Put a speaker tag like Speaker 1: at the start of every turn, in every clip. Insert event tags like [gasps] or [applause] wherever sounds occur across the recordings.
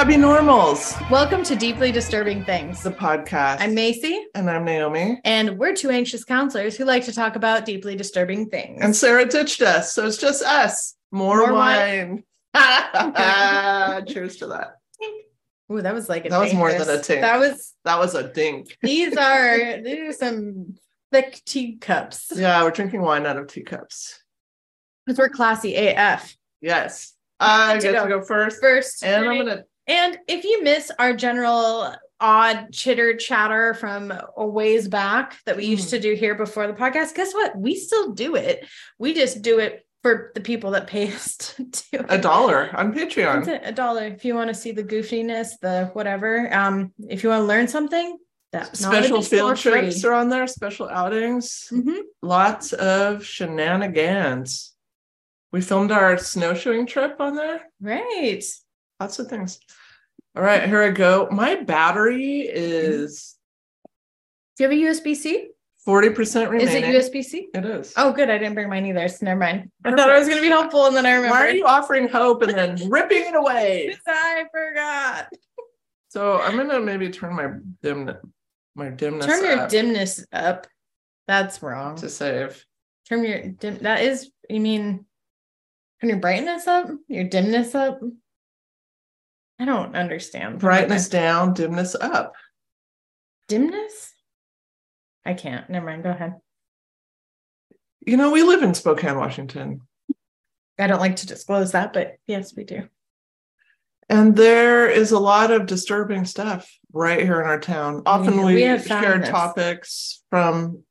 Speaker 1: Happy Normals,
Speaker 2: Welcome to Deeply Disturbing Things.
Speaker 1: the podcast.
Speaker 2: I'm Macy,
Speaker 1: And I'm Naomi.
Speaker 2: and we're two anxious counselors who like to talk about deeply disturbing things.
Speaker 1: And Sarah ditched us. So it's just us. More,
Speaker 2: More
Speaker 1: wine. [laughs] Cheers to that.
Speaker 2: [laughs] Ooh, that was like a
Speaker 1: That was more than
Speaker 2: dangerous-
Speaker 1: a tink.
Speaker 2: That was
Speaker 1: That was a dink.
Speaker 2: these are these are some thick tea cups
Speaker 1: Yeah, we're drinking wine out of teacups.
Speaker 2: because we're classy AF.
Speaker 1: Yes. I
Speaker 2: To
Speaker 1: get to
Speaker 2: go.
Speaker 1: go first.
Speaker 2: First,
Speaker 1: And I'm going to,
Speaker 2: and if you miss our general odd chitter chatter from a ways back that we used
Speaker 1: Mm.
Speaker 2: to do here before the podcast, guess what? We still do it. We just do it for the people that pay us [laughs] to do it.
Speaker 1: a dollar on
Speaker 2: That's
Speaker 1: Patreon.
Speaker 2: it, a dollar if you want to see the goofiness, the whatever. Um, if you want to learn something, that
Speaker 1: Special field trips
Speaker 2: Or-
Speaker 1: are on there, special outings,
Speaker 2: Mm-hmm.
Speaker 1: lots of shenanigans. We filmed our snowshoeing trip on there.
Speaker 2: Right.
Speaker 1: lots of things. All right, here I go. My battery is
Speaker 2: Do you have a USB C?
Speaker 1: forty percent
Speaker 2: Is
Speaker 1: remaining.
Speaker 2: it USB C?
Speaker 1: it is.
Speaker 2: Oh, good. I didn't bring mine either. So never mind. I thought I was going to be helpful and then I
Speaker 1: why are
Speaker 2: remembered.
Speaker 1: you offering hope and then
Speaker 2: [laughs]
Speaker 1: ripping it away?
Speaker 2: I forgot.
Speaker 1: So I'm gonna maybe turn my dim my dimness
Speaker 2: Turn your
Speaker 1: up
Speaker 2: dimness up. That's wrong.
Speaker 1: to save.
Speaker 2: Turn your dim. That is, you mean, turn your brightness up, your dimness up. I don't understand.
Speaker 1: Brightness down, dimness up.
Speaker 2: dimness i can't never mind go ahead
Speaker 1: You know, we live in Spokane, Washington,
Speaker 2: i don't like to disclose that but yes we do
Speaker 1: and there is a lot of disturbing stuff right here in our town. Often
Speaker 2: Yeah,
Speaker 1: we,
Speaker 2: we have found
Speaker 1: share
Speaker 2: this.
Speaker 1: topics from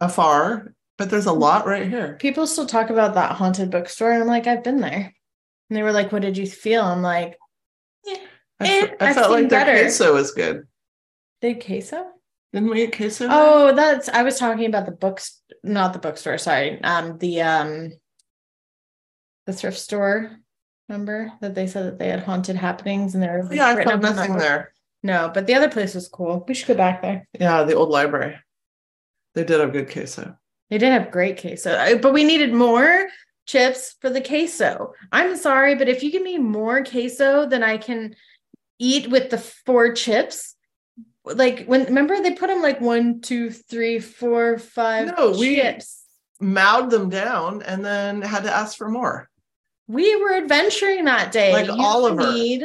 Speaker 1: afar, but there's a lot right here.
Speaker 2: people still talk about that haunted bookstore and i'm like i've been there and they were like what did you feel i'm like
Speaker 1: I,
Speaker 2: Eh,
Speaker 1: fe- I
Speaker 2: I've
Speaker 1: felt
Speaker 2: seen
Speaker 1: like their
Speaker 2: better.
Speaker 1: queso was good.
Speaker 2: did
Speaker 1: Uh-huh.
Speaker 2: queso
Speaker 1: Didn't we eat queso? there?
Speaker 2: oh that's i was talking about the books not the bookstore sorry um the um the thrift store remember that they said that they had haunted happenings and there was
Speaker 1: yeah, I
Speaker 2: written
Speaker 1: found
Speaker 2: up on that
Speaker 1: nothing
Speaker 2: book?
Speaker 1: there.
Speaker 2: no but the other place was cool we should go back there
Speaker 1: Yeah, the old library. They did have good queso.
Speaker 2: They did have great queso, I- but we needed more chips for the queso. I'm sorry, but if you give me more queso than I can eat with the four chips, like when remember they put them like one, two, three, four, five
Speaker 1: No, we-
Speaker 2: chips.
Speaker 1: Mowed them down and then had to ask for more.
Speaker 2: We were adventuring that day.
Speaker 1: Like Oliver.
Speaker 2: need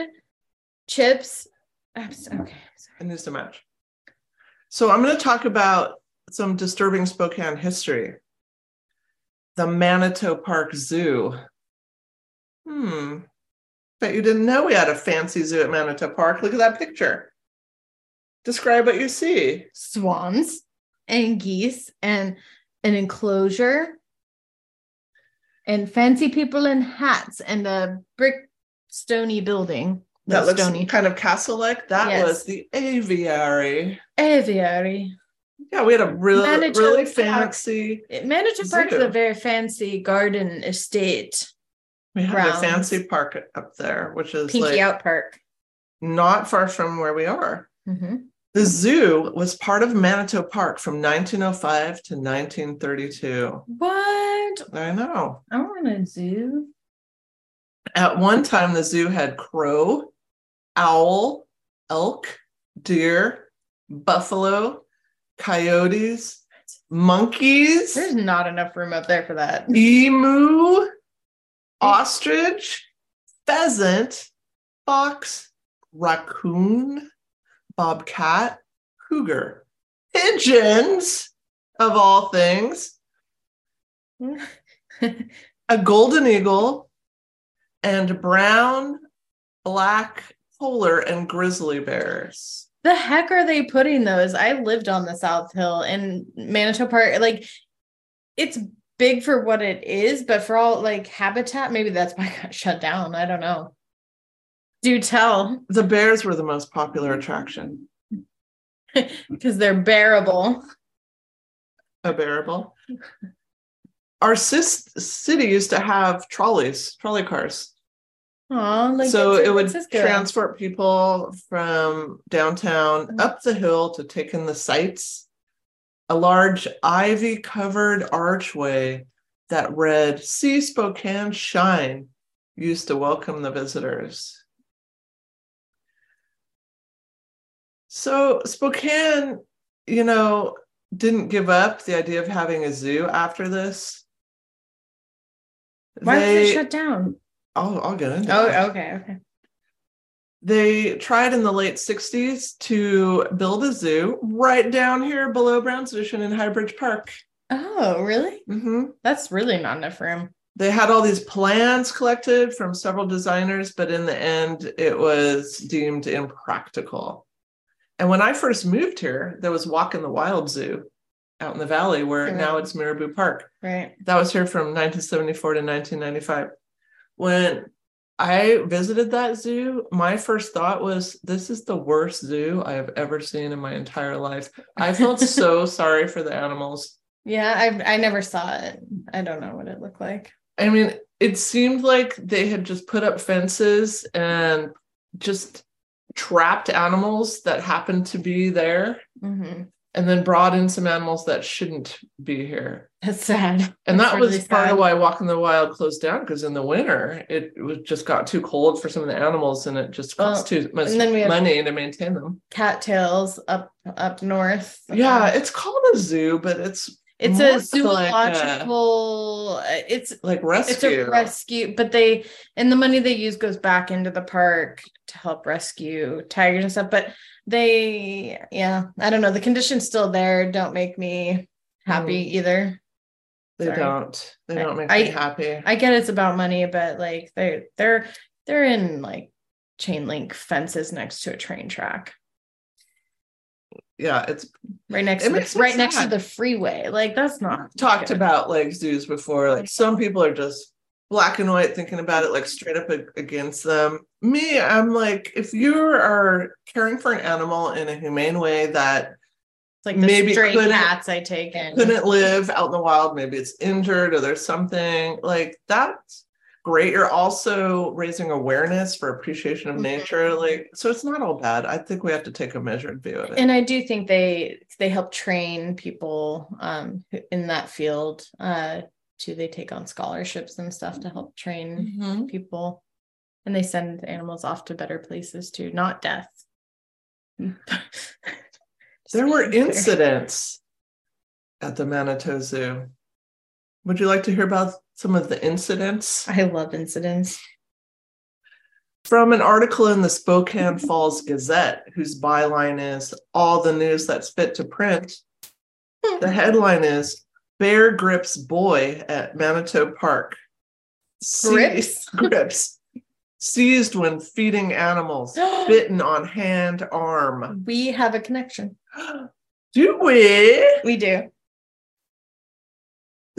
Speaker 2: chips. I'm so, okay.
Speaker 1: It needs to match. So I'm going to talk about some disturbing Spokane history. The Manitou Park Zoo. Hmm. Bet you didn't know we had a fancy zoo at Manitou Park. Look at that picture. Describe what you see.
Speaker 2: Swans and geese and an enclosure and fancy people in hats and a brick stony building.
Speaker 1: that
Speaker 2: No,
Speaker 1: looks kind of castle like. That
Speaker 2: Yes.
Speaker 1: was the aviary.
Speaker 2: aviary.
Speaker 1: Yeah, we had a really,
Speaker 2: Manitou
Speaker 1: really
Speaker 2: Park.
Speaker 1: fancy.
Speaker 2: It- Manitou Park is
Speaker 1: Zoo.
Speaker 2: a very fancy garden estate,
Speaker 1: We had
Speaker 2: Grounds.
Speaker 1: a fancy park up there, which is
Speaker 2: pinky
Speaker 1: like
Speaker 2: out park.
Speaker 1: not far from where we are.
Speaker 2: Mhm.
Speaker 1: The zoo was part of Manitou Park from 1905 to 1932.
Speaker 2: What?
Speaker 1: I know.
Speaker 2: I want a zoo.
Speaker 1: At one time, the zoo had crow, owl, elk, deer, buffalo, coyotes, monkeys.
Speaker 2: There's not enough room up there for that.
Speaker 1: emu, ostrich, pheasant, fox, raccoon, bobcat, cougar, pigeons, of all things, a golden eagle, and brown, black, polar, and grizzly bears.
Speaker 2: the heck are they putting those? I lived on the South Hill in Manitou Park. Like, it's big for what it is, but for all like habitat, maybe that's why it got shut down. I don't know. Do tell,
Speaker 1: The bears were the most popular attraction.
Speaker 2: because they're bearable.
Speaker 1: A bearable. Our sis- city used to have trolleys, trolley cars.
Speaker 2: Aw, like
Speaker 1: so
Speaker 2: in San
Speaker 1: it would
Speaker 2: Francisco.
Speaker 1: transport people from downtown
Speaker 2: Mhm.
Speaker 1: up the hill to take in the sights. A large ivy covered archway that read, See Spokane Shine, used to welcome the visitors. So Spokane, you know, didn't give up the idea of having a zoo after this.
Speaker 2: Why was it shut down?
Speaker 1: I'll, I'll get into it.
Speaker 2: Oh, okay, okay.
Speaker 1: They tried in the late 60s to build a zoo right down here below Brown's Vision in Highbridge Park.
Speaker 2: Oh, really?
Speaker 1: hmm
Speaker 2: That's really not enough room.
Speaker 1: They had all these plans collected from several designers, but in the end, it was deemed impractical. And when I first moved here, there was Walk in the Wild Zoo out in the valley where
Speaker 2: Right.
Speaker 1: now it's Miraboo Park
Speaker 2: Right.
Speaker 1: that was here from 1974 to 1995. When I visited that zoo, my first thought was, This is the worst zoo I have ever seen in my entire life. I felt so sorry for the animals.
Speaker 2: Yeah, I I never saw it. I don't know what it looked like.
Speaker 1: I mean, it seemed like they had just put up fences and just trapped animals that happened to be there
Speaker 2: hmm
Speaker 1: and then brought in some animals that shouldn't be here.
Speaker 2: That's sad.
Speaker 1: And
Speaker 2: That's
Speaker 1: that was
Speaker 2: really
Speaker 1: part of
Speaker 2: sad.
Speaker 1: why Walk in the Wild closed down because in the winter it was just got too cold for some of the animals and it just
Speaker 2: Well,
Speaker 1: costs too much
Speaker 2: and then we have-
Speaker 1: money to maintain them.
Speaker 2: Cattails up up north. Um,
Speaker 1: Yeah, it's called a zoo, but it's
Speaker 2: it's
Speaker 1: more
Speaker 2: a
Speaker 1: like a-
Speaker 2: zoological. uh, it's
Speaker 1: like rescue.
Speaker 2: it's a rescue, but they and the money they use goes back into the park to help rescue tigers and stuff. But they, yeah, I don't know. The conditions still there don't make me happy
Speaker 1: Mm.
Speaker 2: either.
Speaker 1: They
Speaker 2: Sorry.
Speaker 1: don't. They
Speaker 2: I-
Speaker 1: don't make
Speaker 2: I-
Speaker 1: me happy.
Speaker 2: I get it's about money, but like they're they're they're in like chain link fences next to a train track,
Speaker 1: yeah, it's
Speaker 2: right next
Speaker 1: It
Speaker 2: to
Speaker 1: makes
Speaker 2: the,
Speaker 1: me
Speaker 2: right next to
Speaker 1: sad.
Speaker 2: the freeway. Like that's not
Speaker 1: talked
Speaker 2: good.
Speaker 1: about like zoos before. Like some people are just black and white thinking about it, like straight up ag- against them. Me, I'm like, if you are caring for an animal in a humane way that
Speaker 2: It's like the
Speaker 1: maybe
Speaker 2: stray
Speaker 1: couldn't-
Speaker 2: cats I take in.
Speaker 1: couldn't live out in the wild. Maybe it's injured or there's something like that's great. You're also raising awareness for appreciation of
Speaker 2: Mhm.
Speaker 1: nature. Like, so it's not all bad. I think we have to take a measured view of it.
Speaker 2: and i do think they they help train people um who- in that field uh to they take on scholarships and stuff to help train
Speaker 1: Mhm.
Speaker 2: people and they send animals off to better places too not death [laughs] Just
Speaker 1: There were
Speaker 2: being clear.
Speaker 1: incidents at the Manitou Zoo. Would you like to hear about some of the incidents?
Speaker 2: i love incidents
Speaker 1: From an article in the Spokane Falls Gazette, whose byline is All the News That's Fit to Print,
Speaker 2: [laughs]
Speaker 1: The headline is Bear Grips Boy at Manitou Park. Se- [laughs]
Speaker 2: grips
Speaker 1: grips. Seized when feeding animals. Bitten on hand, arm. [gasps]
Speaker 2: [gasps] we have a connection
Speaker 1: Do we?
Speaker 2: we do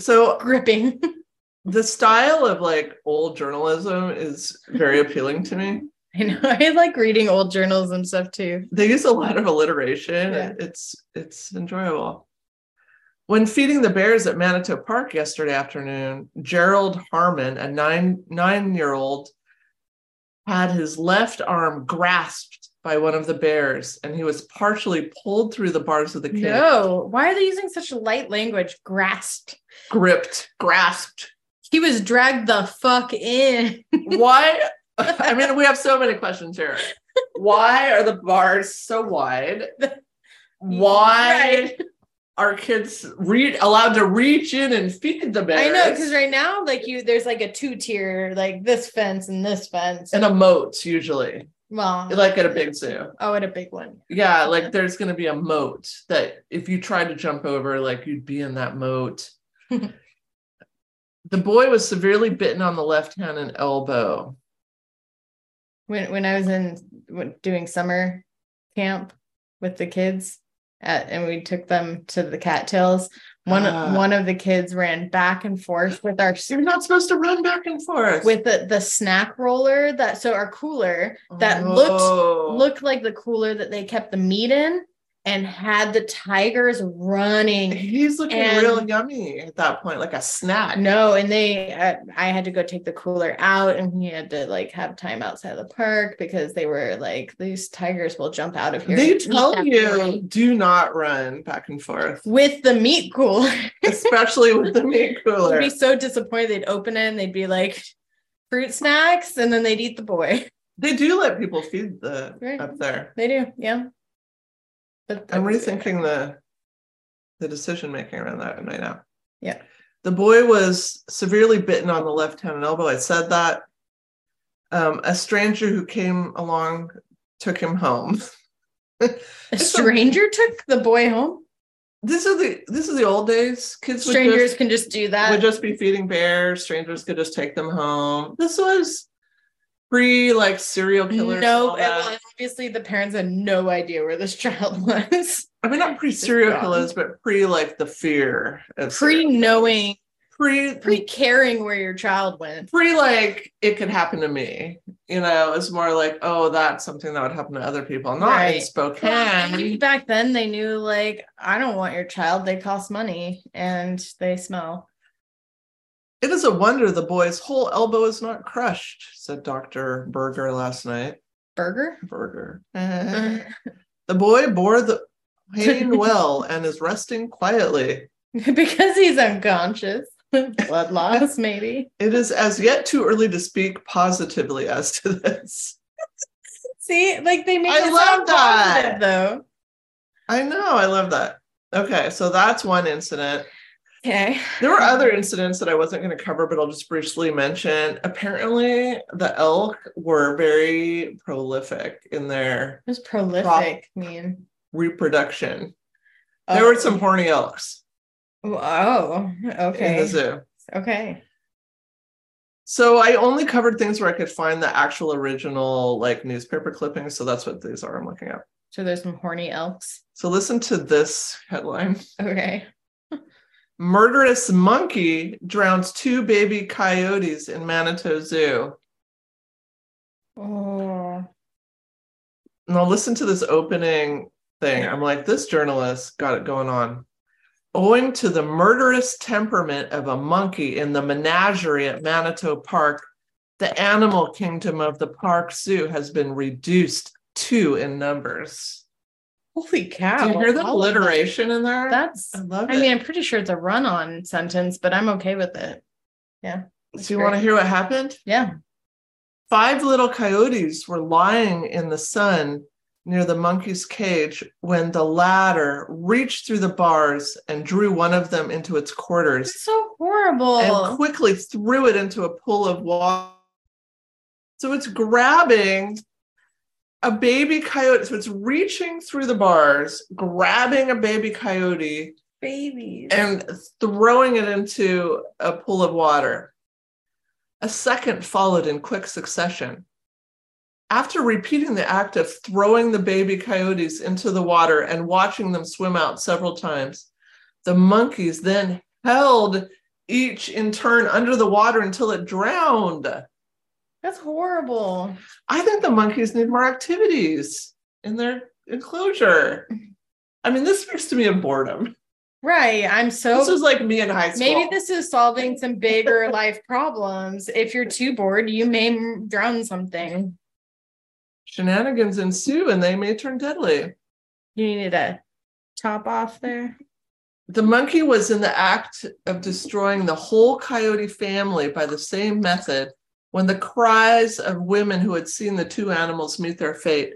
Speaker 1: So
Speaker 2: gripping [laughs]
Speaker 1: the style of like old journalism is very appealing to me.
Speaker 2: i know i like reading old journalism stuff too
Speaker 1: they use a lot of alliteration.
Speaker 2: Yeah.
Speaker 1: It's it's enjoyable. When feeding the bears at Manitou Park yesterday afternoon, Gerald Harmon, a nine nine year old, had his left arm grasped by one of the bears, and he was partially pulled through the bars of the cage.
Speaker 2: no why are they using such light language grasped
Speaker 1: Gripped,
Speaker 2: [laughs]
Speaker 1: grasped.
Speaker 2: He was dragged the fuck in.
Speaker 1: Why? I mean, we have so many questions here. Why are the bars so
Speaker 2: [laughs]
Speaker 1: wide? Why?
Speaker 2: Right.
Speaker 1: are kids re- allowed to reach in and feed the bears?
Speaker 2: I know because right now, like you, there's like a two tier, like this fence and this fence.
Speaker 1: in a moat usually,
Speaker 2: well,
Speaker 1: like at a big zoo.
Speaker 2: oh, and a big one.
Speaker 1: Yeah, like there's going to be a moat that if you try to jump over, like you'd be in that
Speaker 2: [laughs]
Speaker 1: moat. the boy was severely bitten on the left hand and elbow.
Speaker 2: When when I was in when, doing summer camp with the kids, at, and we took them to the cattails. One
Speaker 1: Ah.
Speaker 2: one of the kids ran back and forth with our
Speaker 1: You're not supposed to run back and forth
Speaker 2: with the, the snack roller that so our cooler that
Speaker 1: Oh.
Speaker 2: looked
Speaker 1: looked
Speaker 2: looked like the cooler that they kept the meat in and had the tigers running.
Speaker 1: He's looking
Speaker 2: and-
Speaker 1: real yummy at that point, like a snack.
Speaker 2: No, and they, uh, I had to go take the cooler out and he had to like have time outside of the park because they were like, these tigers will jump out of here.
Speaker 1: They
Speaker 2: and eat
Speaker 1: tell
Speaker 2: that
Speaker 1: you
Speaker 2: cooler
Speaker 1: do not run back and forth.
Speaker 2: With the meat cooler.
Speaker 1: especially with the meat
Speaker 2: I'd
Speaker 1: cooler.
Speaker 2: be so disappointed. They'd open it and they'd be like, fruit snacks and then they'd eat the boy. [laughs]
Speaker 1: They do let people feed the
Speaker 2: Right.
Speaker 1: up there.
Speaker 2: They do. Yeah. But
Speaker 1: I'm
Speaker 2: that was it.
Speaker 1: rethinking the the decision making around that right now.
Speaker 2: Yeah.
Speaker 1: The boy was severely bitten on the left hand and elbow. I said that. Um, a stranger who came along took him home. [laughs]
Speaker 2: A stranger took the boy home.
Speaker 1: This is the this is the old days. Kids would
Speaker 2: Strangers
Speaker 1: just-
Speaker 2: can just do
Speaker 1: would
Speaker 2: that.
Speaker 1: just be feeding bears. Strangers could just take them home. This was pre like serial killers.
Speaker 2: No,
Speaker 1: and all that.
Speaker 2: well, obviously the parents had no idea where this [laughs] child was.
Speaker 1: I mean not pre serial
Speaker 2: Yeah.
Speaker 1: killers, but pre like the fear. of
Speaker 2: Pre knowing,
Speaker 1: pre
Speaker 2: pre caring where your child went.
Speaker 1: pre like it could happen to me. You know, it's more like oh that's something that would happen to other people, not in
Speaker 2: Right. Maybe
Speaker 1: Spokane.
Speaker 2: Back then, they knew like I don't want your child. They cost money and they smell.
Speaker 1: It is a wonder the boy's whole elbow is not crushed," said Doctor Berger last night.
Speaker 2: Burger.
Speaker 1: Berger.
Speaker 2: Uh-huh.
Speaker 1: Mm-hmm. The boy bore the pain well and is resting quietly.
Speaker 2: [laughs] because he's unconscious.
Speaker 1: [laughs]
Speaker 2: Blood loss, maybe.
Speaker 1: It is as yet too early to speak positively as to
Speaker 2: [laughs]
Speaker 1: this.
Speaker 2: See, like they make
Speaker 1: I
Speaker 2: it
Speaker 1: love
Speaker 2: sound
Speaker 1: that.
Speaker 2: positive, though.
Speaker 1: I know, I love that. Okay, so that's one incident.
Speaker 2: Okay.
Speaker 1: There were other incidents that I wasn't going to cover, but I'll just briefly mention. Apparently, the elk were very prolific in their
Speaker 2: It was prolific. mean,
Speaker 1: reproduction. There were some horny elks
Speaker 2: Oh,
Speaker 1: in the
Speaker 2: okay.
Speaker 1: zoo.
Speaker 2: Okay.
Speaker 1: So I only covered things where I could find the actual original like newspaper clippings. So that's what these are I'm looking at.
Speaker 2: So there's some horny elks. [laughs]
Speaker 1: So listen to this headline.
Speaker 2: Okay.
Speaker 1: Murderous monkey drowns two baby coyotes in Manitou Zoo.
Speaker 2: Oh.
Speaker 1: Now listen to this opening thing. I'm like, this journalist got it going on. Owing to the murderous temperament of a monkey in the menagerie at Manitou Park, the animal kingdom of the park zoo has been reduced two in numbers.
Speaker 2: Holy cow.
Speaker 1: Do you hear the
Speaker 2: All of them.
Speaker 1: alliteration in there?
Speaker 2: That's
Speaker 1: I love it.
Speaker 2: I mean, I'm pretty sure it's a run on sentence, but I'm okay with it.
Speaker 1: so you want to hear what happened?
Speaker 2: Yeah.
Speaker 1: Five little coyotes were lying in the sun near the monkey's cage when the latter reached through the bars and drew one of them into its quarters
Speaker 2: It's so horrible.
Speaker 1: and quickly threw it into a pool of water. So it's grabbing a baby coyote. So it's reaching through the bars, grabbing a baby coyote
Speaker 2: Babies.
Speaker 1: and throwing it into a pool of water. A second followed in quick succession. After repeating the act of throwing the baby coyotes into the water and watching them swim out several times, the monkeys then held each in turn under the water until it drowned.
Speaker 2: That's horrible.
Speaker 1: I think the monkeys need more activities in their enclosure.
Speaker 2: Mm-hmm.
Speaker 1: I mean, this speaks to me of boredom.
Speaker 2: Right. I'm so
Speaker 1: This is like me in high school.
Speaker 2: Maybe this is solving some bigger [laughs] life problems. If you're too bored, you may m- drown something.
Speaker 1: shenanigans ensue and they may turn deadly.
Speaker 2: You needed a top off there.
Speaker 1: The monkey was in the act of destroying the whole coyote family by the same method when the cries of women who had seen the two animals meet their fate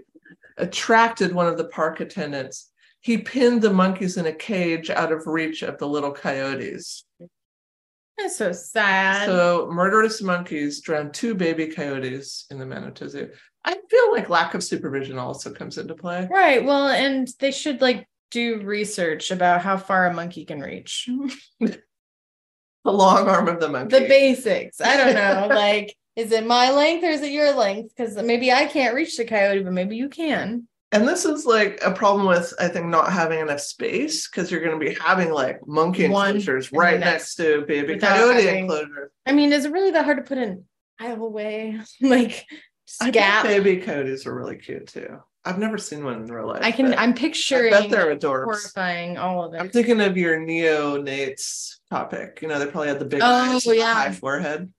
Speaker 1: attracted one of the park attendants. He pinned the monkeys in a cage out of reach of the little coyotes.
Speaker 2: That's so sad.
Speaker 1: So, murderous monkeys drowned two baby coyotes in the Manitou Zoo. I feel like lack of supervision also comes into play.
Speaker 2: right. Well, and they should like do research about how far a monkey can reach.
Speaker 1: The long arm of the monkey.
Speaker 2: The basics. I don't know.
Speaker 1: [laughs]
Speaker 2: like, is it my length or is it your length? Because maybe I can't reach the coyote, but maybe you can.
Speaker 1: And this is like a problem with, I think, not having enough space because you're going to be having like monkey
Speaker 2: One
Speaker 1: enclosures
Speaker 2: and the
Speaker 1: right next
Speaker 2: next.
Speaker 1: to baby
Speaker 2: Without
Speaker 1: coyote
Speaker 2: having-
Speaker 1: enclosures.
Speaker 2: I mean, is it really that hard to put an aisle away? [laughs] like,
Speaker 1: I
Speaker 2: gap.
Speaker 1: think baby coyotes are really cute too. I've never seen one in real life.
Speaker 2: I can.
Speaker 1: but
Speaker 2: I'm picturing.
Speaker 1: I bet they're adorbs.
Speaker 2: horrifying. All of it.
Speaker 1: I'm thinking of your neonates topic. You know, they probably had the big
Speaker 2: Oh,
Speaker 1: eyes and the
Speaker 2: yeah.
Speaker 1: high forehead.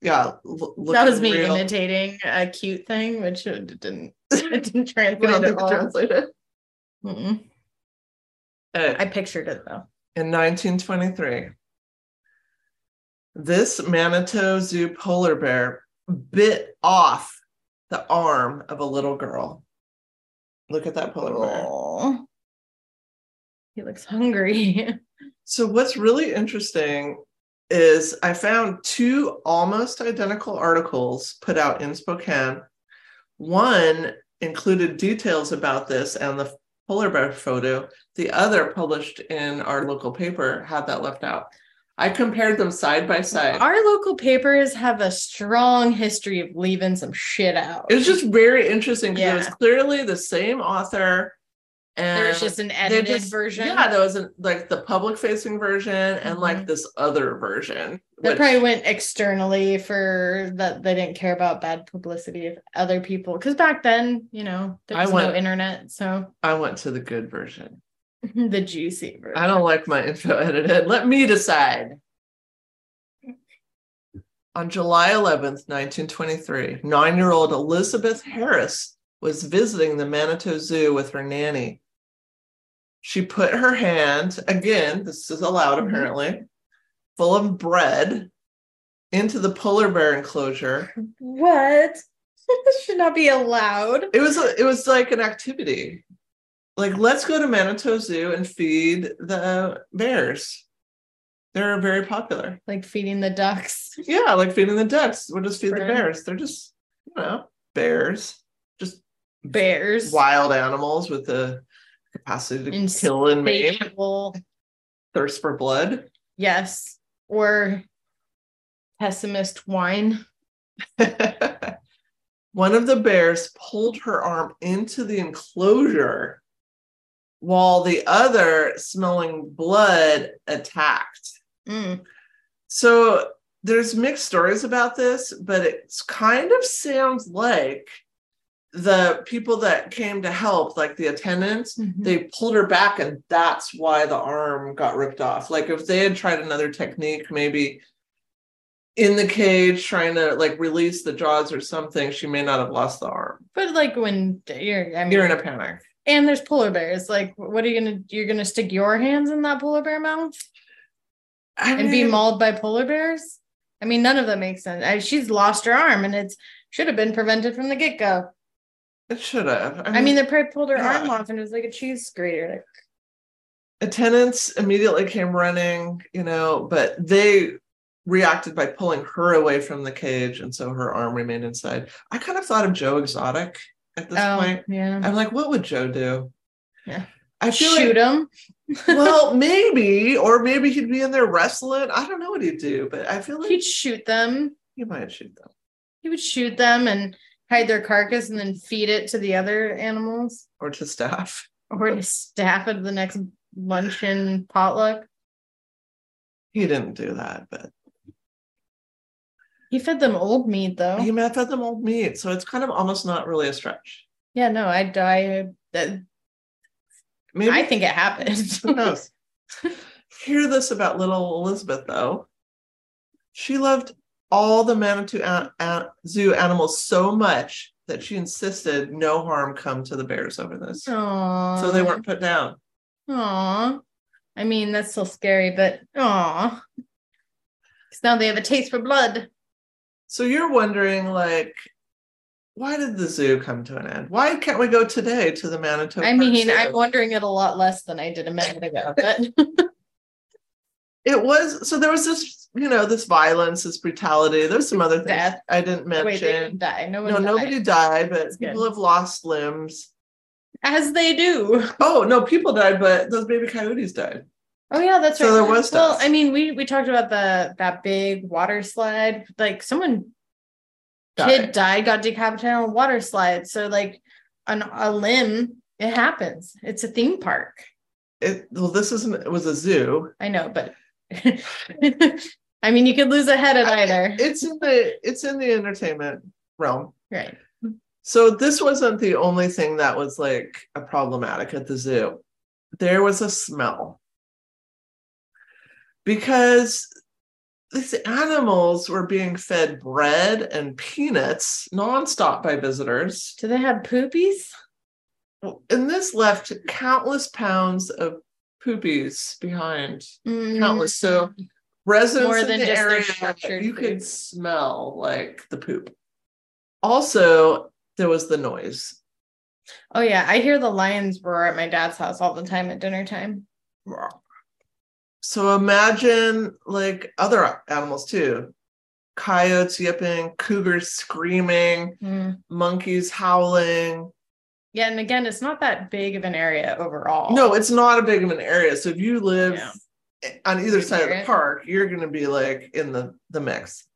Speaker 1: Yeah, l-
Speaker 2: that was
Speaker 1: looking
Speaker 2: me
Speaker 1: real. [laughs]
Speaker 2: imitating a cute thing, which it didn't it didn't
Speaker 1: You don't
Speaker 2: translate
Speaker 1: think
Speaker 2: at
Speaker 1: it
Speaker 2: all.
Speaker 1: translated?
Speaker 2: Mm-mm.
Speaker 1: Uh,
Speaker 2: I pictured it though.
Speaker 1: in 1923. This Manitou Zoo polar bear bit off the arm of a little girl. Look at that polar bear.
Speaker 2: Oh, he
Speaker 1: [laughs]
Speaker 2: looks hungry.
Speaker 1: So what's really interesting is I found two almost identical articles put out in Spokane. One included details about this and the polar bear photo. The other published in our local paper had that left out. I compared them side by side.
Speaker 2: Our local papers have a strong history of leaving some shit out.
Speaker 1: It was just very interesting because it was
Speaker 2: Yeah.
Speaker 1: clearly the same author. And
Speaker 2: There's just an
Speaker 1: they
Speaker 2: edited
Speaker 1: just-
Speaker 2: version.
Speaker 1: Yeah, there was an, like the public facing version and like this other version.
Speaker 2: They
Speaker 1: which-
Speaker 2: probably went externally for that they didn't care about bad publicity of other people. Because back then, you know, there
Speaker 1: I
Speaker 2: was no
Speaker 1: went-
Speaker 2: internet. So [laughs]
Speaker 1: I went to the good version.
Speaker 2: the juicy version.
Speaker 1: I don't like my info edited. Let me decide. On July 11th, 1923, nine year old Elizabeth Harris was visiting the Manitou Zoo with her nanny. She put her hand, again, this is allowed
Speaker 2: Mhm.
Speaker 1: apparently, full of bread into the polar bear enclosure.
Speaker 2: What? [laughs] this should not be allowed.
Speaker 1: It was a, it was like an activity. Like let's go to Manitou Zoo and feed the bears. They're very popular.
Speaker 2: Like feeding the ducks.
Speaker 1: Yeah, like feeding the ducks. We'll just feed
Speaker 2: Right.
Speaker 1: the bears. They're just, you know, bears, just
Speaker 2: Bears.
Speaker 1: wild animals with the capacity to
Speaker 2: And
Speaker 1: kill and maim,
Speaker 2: Insatiable.
Speaker 1: thirst for blood. [laughs]
Speaker 2: Yes. Or pessimist wine.
Speaker 1: One of the bears pulled her arm into the enclosure while the other, smelling blood, attacked.
Speaker 2: Mm.
Speaker 1: So there's mixed stories about this, but it kind of sounds like the people that came to help, like the attendants,
Speaker 2: Mm-hmm.
Speaker 1: they pulled her back, and that's why the arm got ripped off. Like if they had tried another technique, maybe in the cage trying to like release the jaws or something, she may not have lost the arm.
Speaker 2: But like when you're, I mean,
Speaker 1: You're in a panic.
Speaker 2: and there's polar bears. Like, what are you gonna? You're gonna stick your hands in that polar bear mouth
Speaker 1: I
Speaker 2: and be
Speaker 1: mean,
Speaker 2: mauled by polar bears? I mean, none of that makes sense. I, she's lost her arm, and it's should have been prevented from the get go.
Speaker 1: it should have.
Speaker 2: I mean, they probably pulled her arm
Speaker 1: Mm-hmm. yeah.
Speaker 2: off, and it was like a cheese grater. Like,
Speaker 1: attendants immediately came running you know but they reacted by pulling her away from the cage and so her arm remained inside i kind of thought of joe exotic at this
Speaker 2: oh,
Speaker 1: point
Speaker 2: yeah,
Speaker 1: i'm like what would joe do
Speaker 2: Yeah.
Speaker 1: i feel
Speaker 2: shoot him.
Speaker 1: like [laughs]
Speaker 2: [laughs]
Speaker 1: well maybe or maybe he'd be in there wrestling i don't know what he'd do but i feel like
Speaker 2: He'd shoot them.
Speaker 1: he might shoot them
Speaker 2: He would shoot them and hide their carcass, and then feed it to the other animals
Speaker 1: or to staff
Speaker 2: or to staff at the next luncheon potluck.
Speaker 1: he didn't do that but
Speaker 2: He fed them old meat though.
Speaker 1: he met at the old meat so it's kind of almost not really a stretch
Speaker 2: Yeah, no, I die. That,
Speaker 1: maybe
Speaker 2: I think it happened.
Speaker 1: [laughs] Who knows?
Speaker 2: [laughs]
Speaker 1: Hear this about little Elizabeth, though. She loved all the Manitou a- a- zoo animals so much that she insisted no harm come to the bears over this.
Speaker 2: Aww.
Speaker 1: So they weren't put down.
Speaker 2: Aww. I mean, that's still scary, but aww. Because now they have a taste for blood.
Speaker 1: So you're wondering, like, why did the zoo come to an end? Why can't we go today to the Manitou?
Speaker 2: I
Speaker 1: Park
Speaker 2: mean,
Speaker 1: Zoo?
Speaker 2: I'm wondering it a lot less than I did a
Speaker 1: [laughs]
Speaker 2: minute ago. But [laughs]
Speaker 1: it was so there was this, you know, this violence, this brutality. There's some other things
Speaker 2: Death.
Speaker 1: I didn't mention.
Speaker 2: wait, they didn't die. No one
Speaker 1: no,
Speaker 2: died.
Speaker 1: nobody died, but
Speaker 2: That's good.
Speaker 1: people have lost limbs.
Speaker 2: As they do.
Speaker 1: Oh no, people died, but those baby coyotes died.
Speaker 2: Oh yeah, that's
Speaker 1: So
Speaker 2: right.
Speaker 1: there was
Speaker 2: Well,
Speaker 1: dust.
Speaker 2: I mean, we we talked about the that big water slide. Like someone
Speaker 1: Died.
Speaker 2: kid died, got decapitated on a water slide. So like an, a limb, it happens. It's a theme park.
Speaker 1: It, well, this isn't. It was a zoo.
Speaker 2: I know, but [laughs] I mean, you could lose a head at
Speaker 1: I-
Speaker 2: either.
Speaker 1: It's in the. It's in the entertainment realm.
Speaker 2: right.
Speaker 1: So this wasn't the only thing that was like a problematic at the zoo. There was a smell because these animals were being fed bread and peanuts nonstop by visitors.
Speaker 2: Do they have poopies?
Speaker 1: And this left countless pounds of poopies behind.
Speaker 2: Mm,
Speaker 1: Countless. So residents
Speaker 2: More
Speaker 1: in
Speaker 2: than
Speaker 1: the
Speaker 2: just their
Speaker 1: area,
Speaker 2: structured
Speaker 1: you
Speaker 2: food.
Speaker 1: could smell like the poop. Also, there was the noise.
Speaker 2: Oh yeah, I hear the lions roar at my dad's house all the time at dinner time.
Speaker 1: So imagine like other animals too coyotes yipping, cougars screaming,
Speaker 2: Mm.
Speaker 1: monkeys howling.
Speaker 2: Yeah, and again, it's not that big of an area overall.
Speaker 1: No, it's not a big of an area. So if you live
Speaker 2: Yeah.
Speaker 1: on either
Speaker 2: You
Speaker 1: side of
Speaker 2: hear
Speaker 1: the
Speaker 2: it.
Speaker 1: park, you're going to be like in the the mix.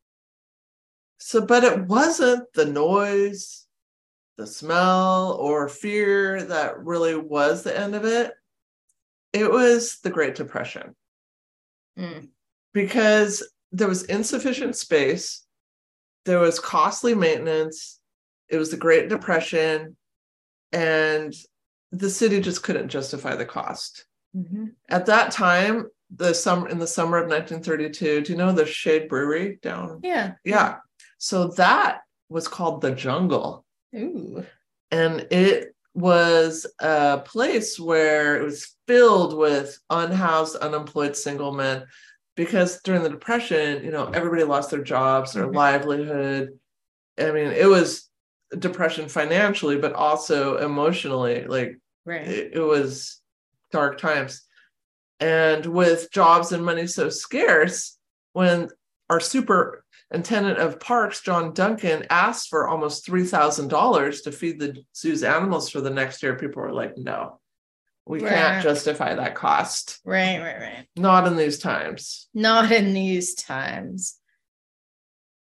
Speaker 1: So, but it wasn't the noise, the smell, or fear that really was the end of it. It was the Great Depression
Speaker 2: Mm.
Speaker 1: because there was insufficient space, there was costly maintenance, it was the Great Depression, and the city just couldn't justify the cost
Speaker 2: Mhm.
Speaker 1: at that time the summer in the summer of 1932 do you know the shade brewery down
Speaker 2: Yeah.
Speaker 1: yeah so that was called the jungle
Speaker 2: Ooh.
Speaker 1: and it was a place where it was filled with unhoused unemployed single men because during the depression you know everybody lost their jobs their
Speaker 2: Mhm.
Speaker 1: livelihood i mean it was depression financially but also emotionally like
Speaker 2: Right.
Speaker 1: it, it was dark times and with jobs and money so scarce when our superintendent of parks john duncan asked for almost $3000 to feed the zoo's animals for the next year people were like no we
Speaker 2: Right.
Speaker 1: can't justify that cost
Speaker 2: Right. Right. Right.
Speaker 1: not in these times
Speaker 2: Not in these times.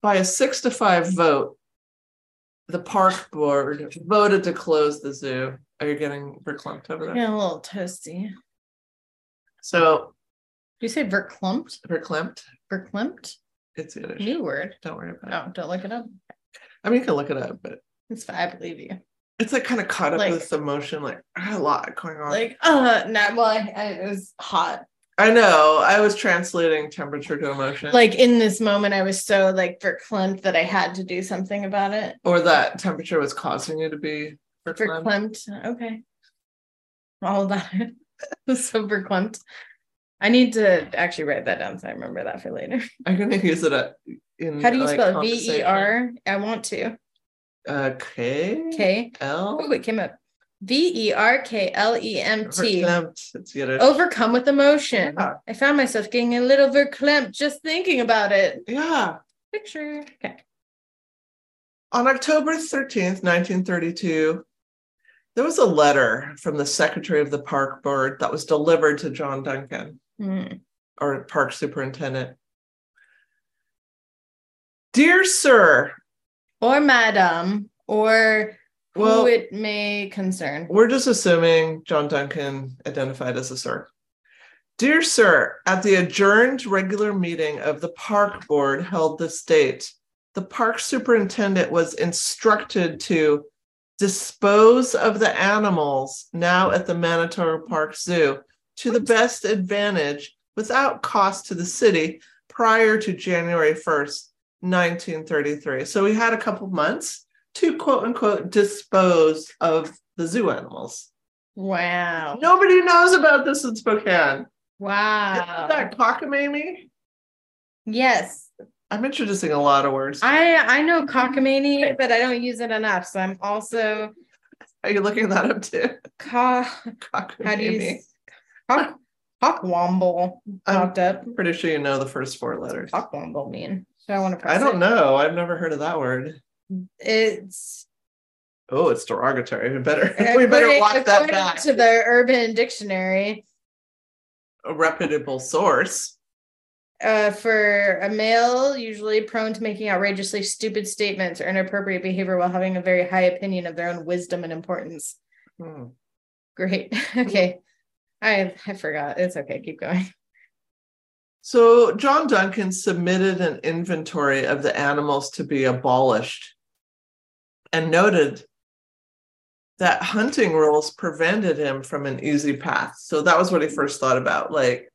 Speaker 1: by a six to five vote the park board voted to close the zoo are you getting verklempt over there
Speaker 2: Yeah, a little toasty. Did
Speaker 1: so
Speaker 2: you say verklempt?
Speaker 1: verklempt
Speaker 2: Verklempt?
Speaker 1: it's Yiddish.
Speaker 2: New word.
Speaker 1: Don't worry about it.
Speaker 2: Oh, don't look it up.
Speaker 1: I mean, you can look it up, but
Speaker 2: It's fine. I believe you.
Speaker 1: it's like kind of caught up
Speaker 2: Like-
Speaker 1: with emotion. Like I had a lot going on.
Speaker 2: Like, uh, not well. I, I, it was hot.
Speaker 1: I know. I was translating temperature to emotion,
Speaker 2: Like in this moment, I was so like verklempt that I had to do something about it.
Speaker 1: or that temperature was causing you to be. verklempt.
Speaker 2: Verklempt. Okay. All of that. [laughs] was so verklempt. I need to actually write that down so I remember that for later.
Speaker 1: I'm gonna use it at, in.
Speaker 2: How do you
Speaker 1: Mm, like,
Speaker 2: spell it? V
Speaker 1: conversation.
Speaker 2: E R? I want to.
Speaker 1: Uh, K
Speaker 2: K.
Speaker 1: L.
Speaker 2: Oh, it came up. V E R K L E M T. Oh.
Speaker 1: Verklempt. It's Yiddish.
Speaker 2: [laughs] Overcome with emotion.
Speaker 1: Yeah.
Speaker 2: I found myself getting a little verklempt just thinking about it.
Speaker 1: Yeah.
Speaker 2: Picture. Okay.
Speaker 1: On October 13th, 1932, there was a letter from the secretary of the park board that was delivered to John Duncan.
Speaker 2: Mm.
Speaker 1: our park superintendent. Dear sir,
Speaker 2: Or madam, or
Speaker 1: Well-
Speaker 2: who it may concern.
Speaker 1: we're just assuming John Duncan identified as a sir. Dear sir, at the adjourned regular meeting of the park board held this date, the park superintendent was instructed to dispose of the animals now at the Manitoba Park Zoo to the best advantage without cost to the city prior to January 1st, 1933. So we had a couple months to quote unquote dispose of the zoo animals.
Speaker 2: Wow.
Speaker 1: Nobody knows about this in Spokane. Isn't
Speaker 2: Wow.
Speaker 1: that cockamamie?
Speaker 2: Yes.
Speaker 1: I'm introducing a lot of words.
Speaker 2: I I know cockamamie, but I don't use it enough. So I'm also
Speaker 1: Are you looking that up too? [laughs]
Speaker 2: co-
Speaker 1: Cockamamie.
Speaker 2: how do you s- cock cockwomble
Speaker 1: I'm
Speaker 2: popped up.
Speaker 1: pretty sure you know the first four letters.
Speaker 2: Cockwomble mean? So I want to.
Speaker 1: I
Speaker 2: Press
Speaker 1: don't
Speaker 2: it.
Speaker 1: know. I've never heard of that word.
Speaker 2: It's
Speaker 1: Oh, it's derogatory. We better [laughs] we better
Speaker 2: according-
Speaker 1: walk that
Speaker 2: according
Speaker 1: back.
Speaker 2: to the Urban Dictionary.
Speaker 1: A reputable source.
Speaker 2: Uh, for a male, usually prone to making outrageously stupid statements or inappropriate behavior while having a very high opinion of their own wisdom and importance.
Speaker 1: Hmm.
Speaker 2: Great. [laughs] okay. I I forgot. It's okay. Keep going.
Speaker 1: So John Duncan submitted an inventory of the animals to be abolished and noted that hunting rules prevented him from an easy path. So that was what he first thought about like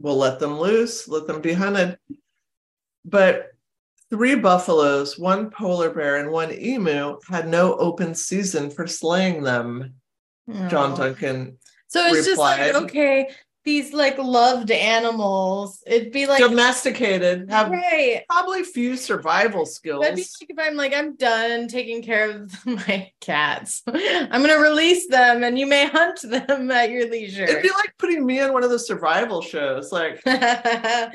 Speaker 1: we'll let them loose, let them be hunted. But three buffaloes, one polar bear and one emu had no open season for slaying them. John
Speaker 2: Oh.
Speaker 1: Duncan
Speaker 2: So it's just like
Speaker 1: replied.
Speaker 2: okay, these like loved animals. It'd be like
Speaker 1: domesticated, have
Speaker 2: right.
Speaker 1: probably few survival skills.
Speaker 2: That'd be like if I'm like, I'm done taking care of [laughs] my cats. I'm gonna release them and you may hunt them at your leisure. [laughs]
Speaker 1: It'd be like putting me on one of those survival shows. Like, [laughs]
Speaker 2: Na-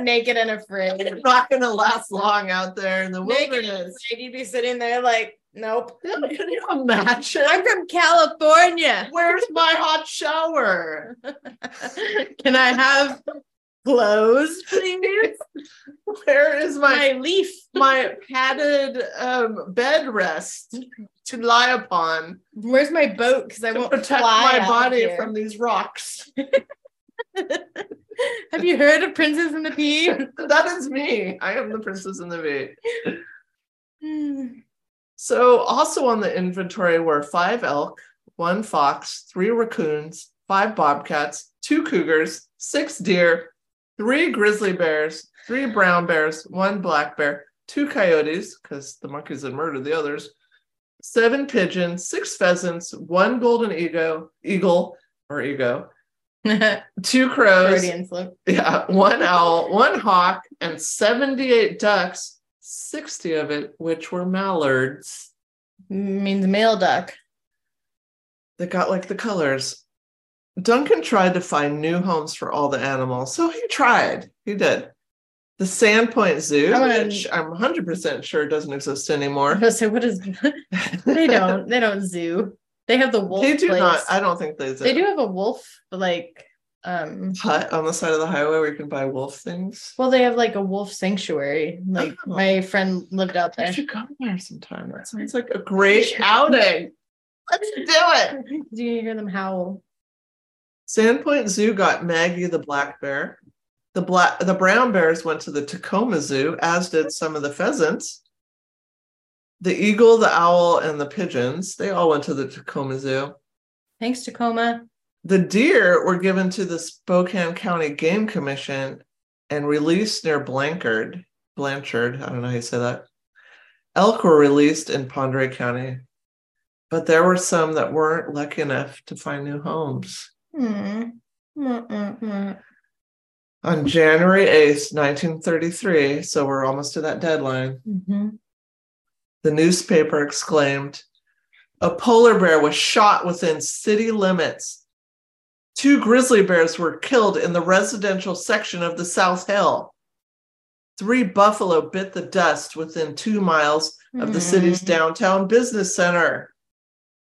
Speaker 2: naked and afraid.
Speaker 1: I'm not going to last long out there in the
Speaker 2: Naked and
Speaker 1: wilderness.
Speaker 2: afraid. You'd be sitting there like, nope.
Speaker 1: Can you imagine?
Speaker 2: I'm from California.
Speaker 1: Where's my hot shower? [laughs]
Speaker 2: Can I have clothes, please?
Speaker 1: Where is my
Speaker 2: My leaf.
Speaker 1: my padded um, bed rest to lie upon
Speaker 2: Where's my boat? Because I
Speaker 1: to
Speaker 2: won't
Speaker 1: protect
Speaker 2: fly
Speaker 1: my
Speaker 2: out
Speaker 1: body
Speaker 2: here.
Speaker 1: from these rocks? [laughs]
Speaker 2: Have you heard of Princess and the Pea? [laughs]
Speaker 1: that is me. I am the princess in the bee.
Speaker 2: Hmm.
Speaker 1: So, also on the inventory were five elk, one fox, three raccoons, five bobcats, two cougars, six deer, three grizzly bears, three brown bears, one black bear, two coyotes, because the monkeys had murdered the others, seven pigeons, six pheasants, one golden ego, eagle or ego, two crows,
Speaker 2: Freudian slip.
Speaker 1: yeah, one owl, one hawk, and 78 ducks, 60 of it, which were mallards.
Speaker 2: Means male duck.
Speaker 1: that got like the colors. Duncan tried to find new homes for all the animals. So he tried. He did. The Sandpoint Zoo,
Speaker 2: I wanna-
Speaker 1: which I'm 100% sure doesn't exist anymore.
Speaker 2: So what is [laughs]
Speaker 1: [laughs]
Speaker 2: they don't they don't zoo. They have the wolf.
Speaker 1: They do
Speaker 2: place.
Speaker 1: not. I don't think they do.
Speaker 2: they do have a wolf like um
Speaker 1: Hut on the side of the highway where you can buy wolf things.
Speaker 2: well they have like a wolf sanctuary. Like
Speaker 1: Oh.
Speaker 2: my friend lived out
Speaker 1: I
Speaker 2: there.
Speaker 1: should go there sometime. That sounds like a great outing. Let's do it.
Speaker 2: [laughs] Do you hear them howl?
Speaker 1: Sandpoint Zoo got Maggie the black bear. The black the brown bears went to the Tacoma Zoo, as did some of the pheasants. The eagle, the owl, and the pigeons, they all went to the Tacoma Zoo.
Speaker 2: Thanks, Tacoma.
Speaker 1: The deer were given to the Spokane County Game Commission and released near Blanchard. Blanchard, I don't know how you say that. Elk were released in Pondere County, but there were some that weren't lucky enough to find new homes.
Speaker 2: Hmm.
Speaker 1: Mm,
Speaker 2: Mm-mm-mm.
Speaker 1: On January 8th, 1933, so we're almost to that deadline, Mm-hmm.
Speaker 2: Mhm.
Speaker 1: the newspaper exclaimed A polar bear was shot within city limits. Two grizzly bears were killed in the residential section of the South Hill. Three buffalo bit the dust within two miles of the city's
Speaker 2: Hmm.
Speaker 1: downtown business center.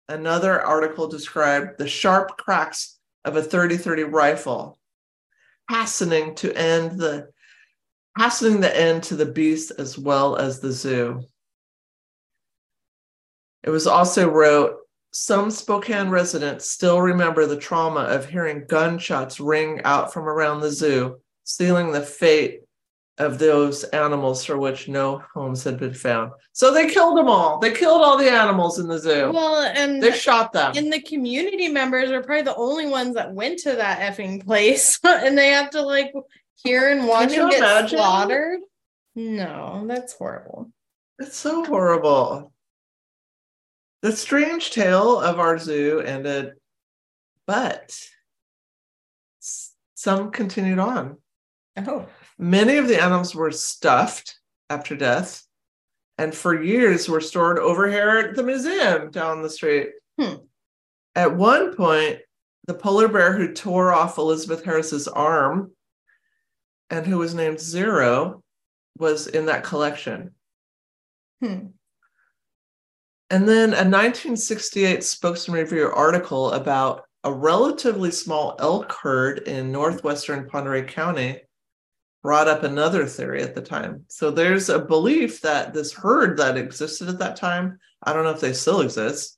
Speaker 1: Another article described the sharp cracks of a 30-30 rifle, hastening to end the hastening the end to the beast as well as the zoo. It was also wrote some Spokane residents still remember the trauma of hearing gunshots ring out from around the zoo, sealing the fate of those animals for which no homes had been found. So they killed them all. They killed all the animals in the zoo.
Speaker 2: Well, and
Speaker 1: they shot them.
Speaker 2: and the community members are probably the only ones that went to that effing place, [laughs] and they have to like hear and watch
Speaker 1: you
Speaker 2: them get
Speaker 1: imagine?
Speaker 2: slaughtered. No, that's horrible.
Speaker 1: It's so horrible. The strange tale of our zoo ended, but s- some continued on.
Speaker 2: Oh,
Speaker 1: Many of the animals were stuffed after death and for years were stored over here at the museum down the street.
Speaker 2: Hmm.
Speaker 1: At one point, the polar bear who tore off Elizabeth Harris's arm and who was named Zero was in that collection.
Speaker 2: Hmm.
Speaker 1: And then a 1968 Spokesman Review article about a relatively small elk herd in northwestern Ponderay County brought up another theory at the time. So there's a belief that this herd that existed at that time, I don't know if they still exist,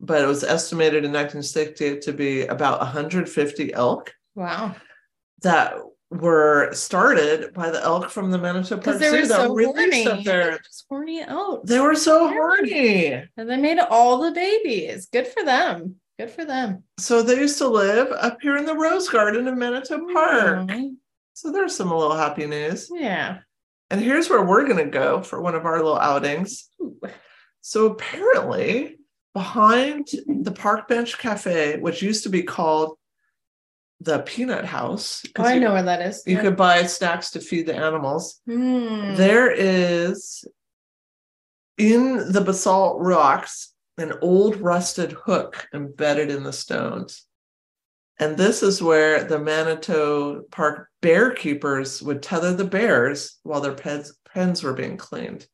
Speaker 1: but it was estimated in 1968 to be about 150 elk
Speaker 2: wow.
Speaker 1: that were started by the elk from the Manitoba
Speaker 2: Because
Speaker 1: Park
Speaker 2: they were
Speaker 1: Zoo that
Speaker 2: so
Speaker 1: were
Speaker 2: horny.
Speaker 1: released up
Speaker 2: They're
Speaker 1: there.
Speaker 2: just horny out.
Speaker 1: They were so
Speaker 2: Yeah.
Speaker 1: horny.
Speaker 2: And they made all the babies. Good for them. Good for them.
Speaker 1: So they used to live up here in the Rose Garden of Manitoba Park.
Speaker 2: Mm,
Speaker 1: So there's some little happy news.
Speaker 2: Yeah.
Speaker 1: And here's where we're going to go for one of our little outings.
Speaker 2: Ooh.
Speaker 1: So apparently, behind the Park Bench Cafe, which used to be called the peanut house. 'cause
Speaker 2: Oh, I
Speaker 1: you-
Speaker 2: know where that is.
Speaker 1: You
Speaker 2: Yeah.
Speaker 1: could buy snacks to feed the animals.
Speaker 2: Hmm.
Speaker 1: There is in the basalt rocks an old rusted hook embedded in the stones. And this is where the Manitou Park bear keepers would tether the bears while their pens, pens were being cleaned.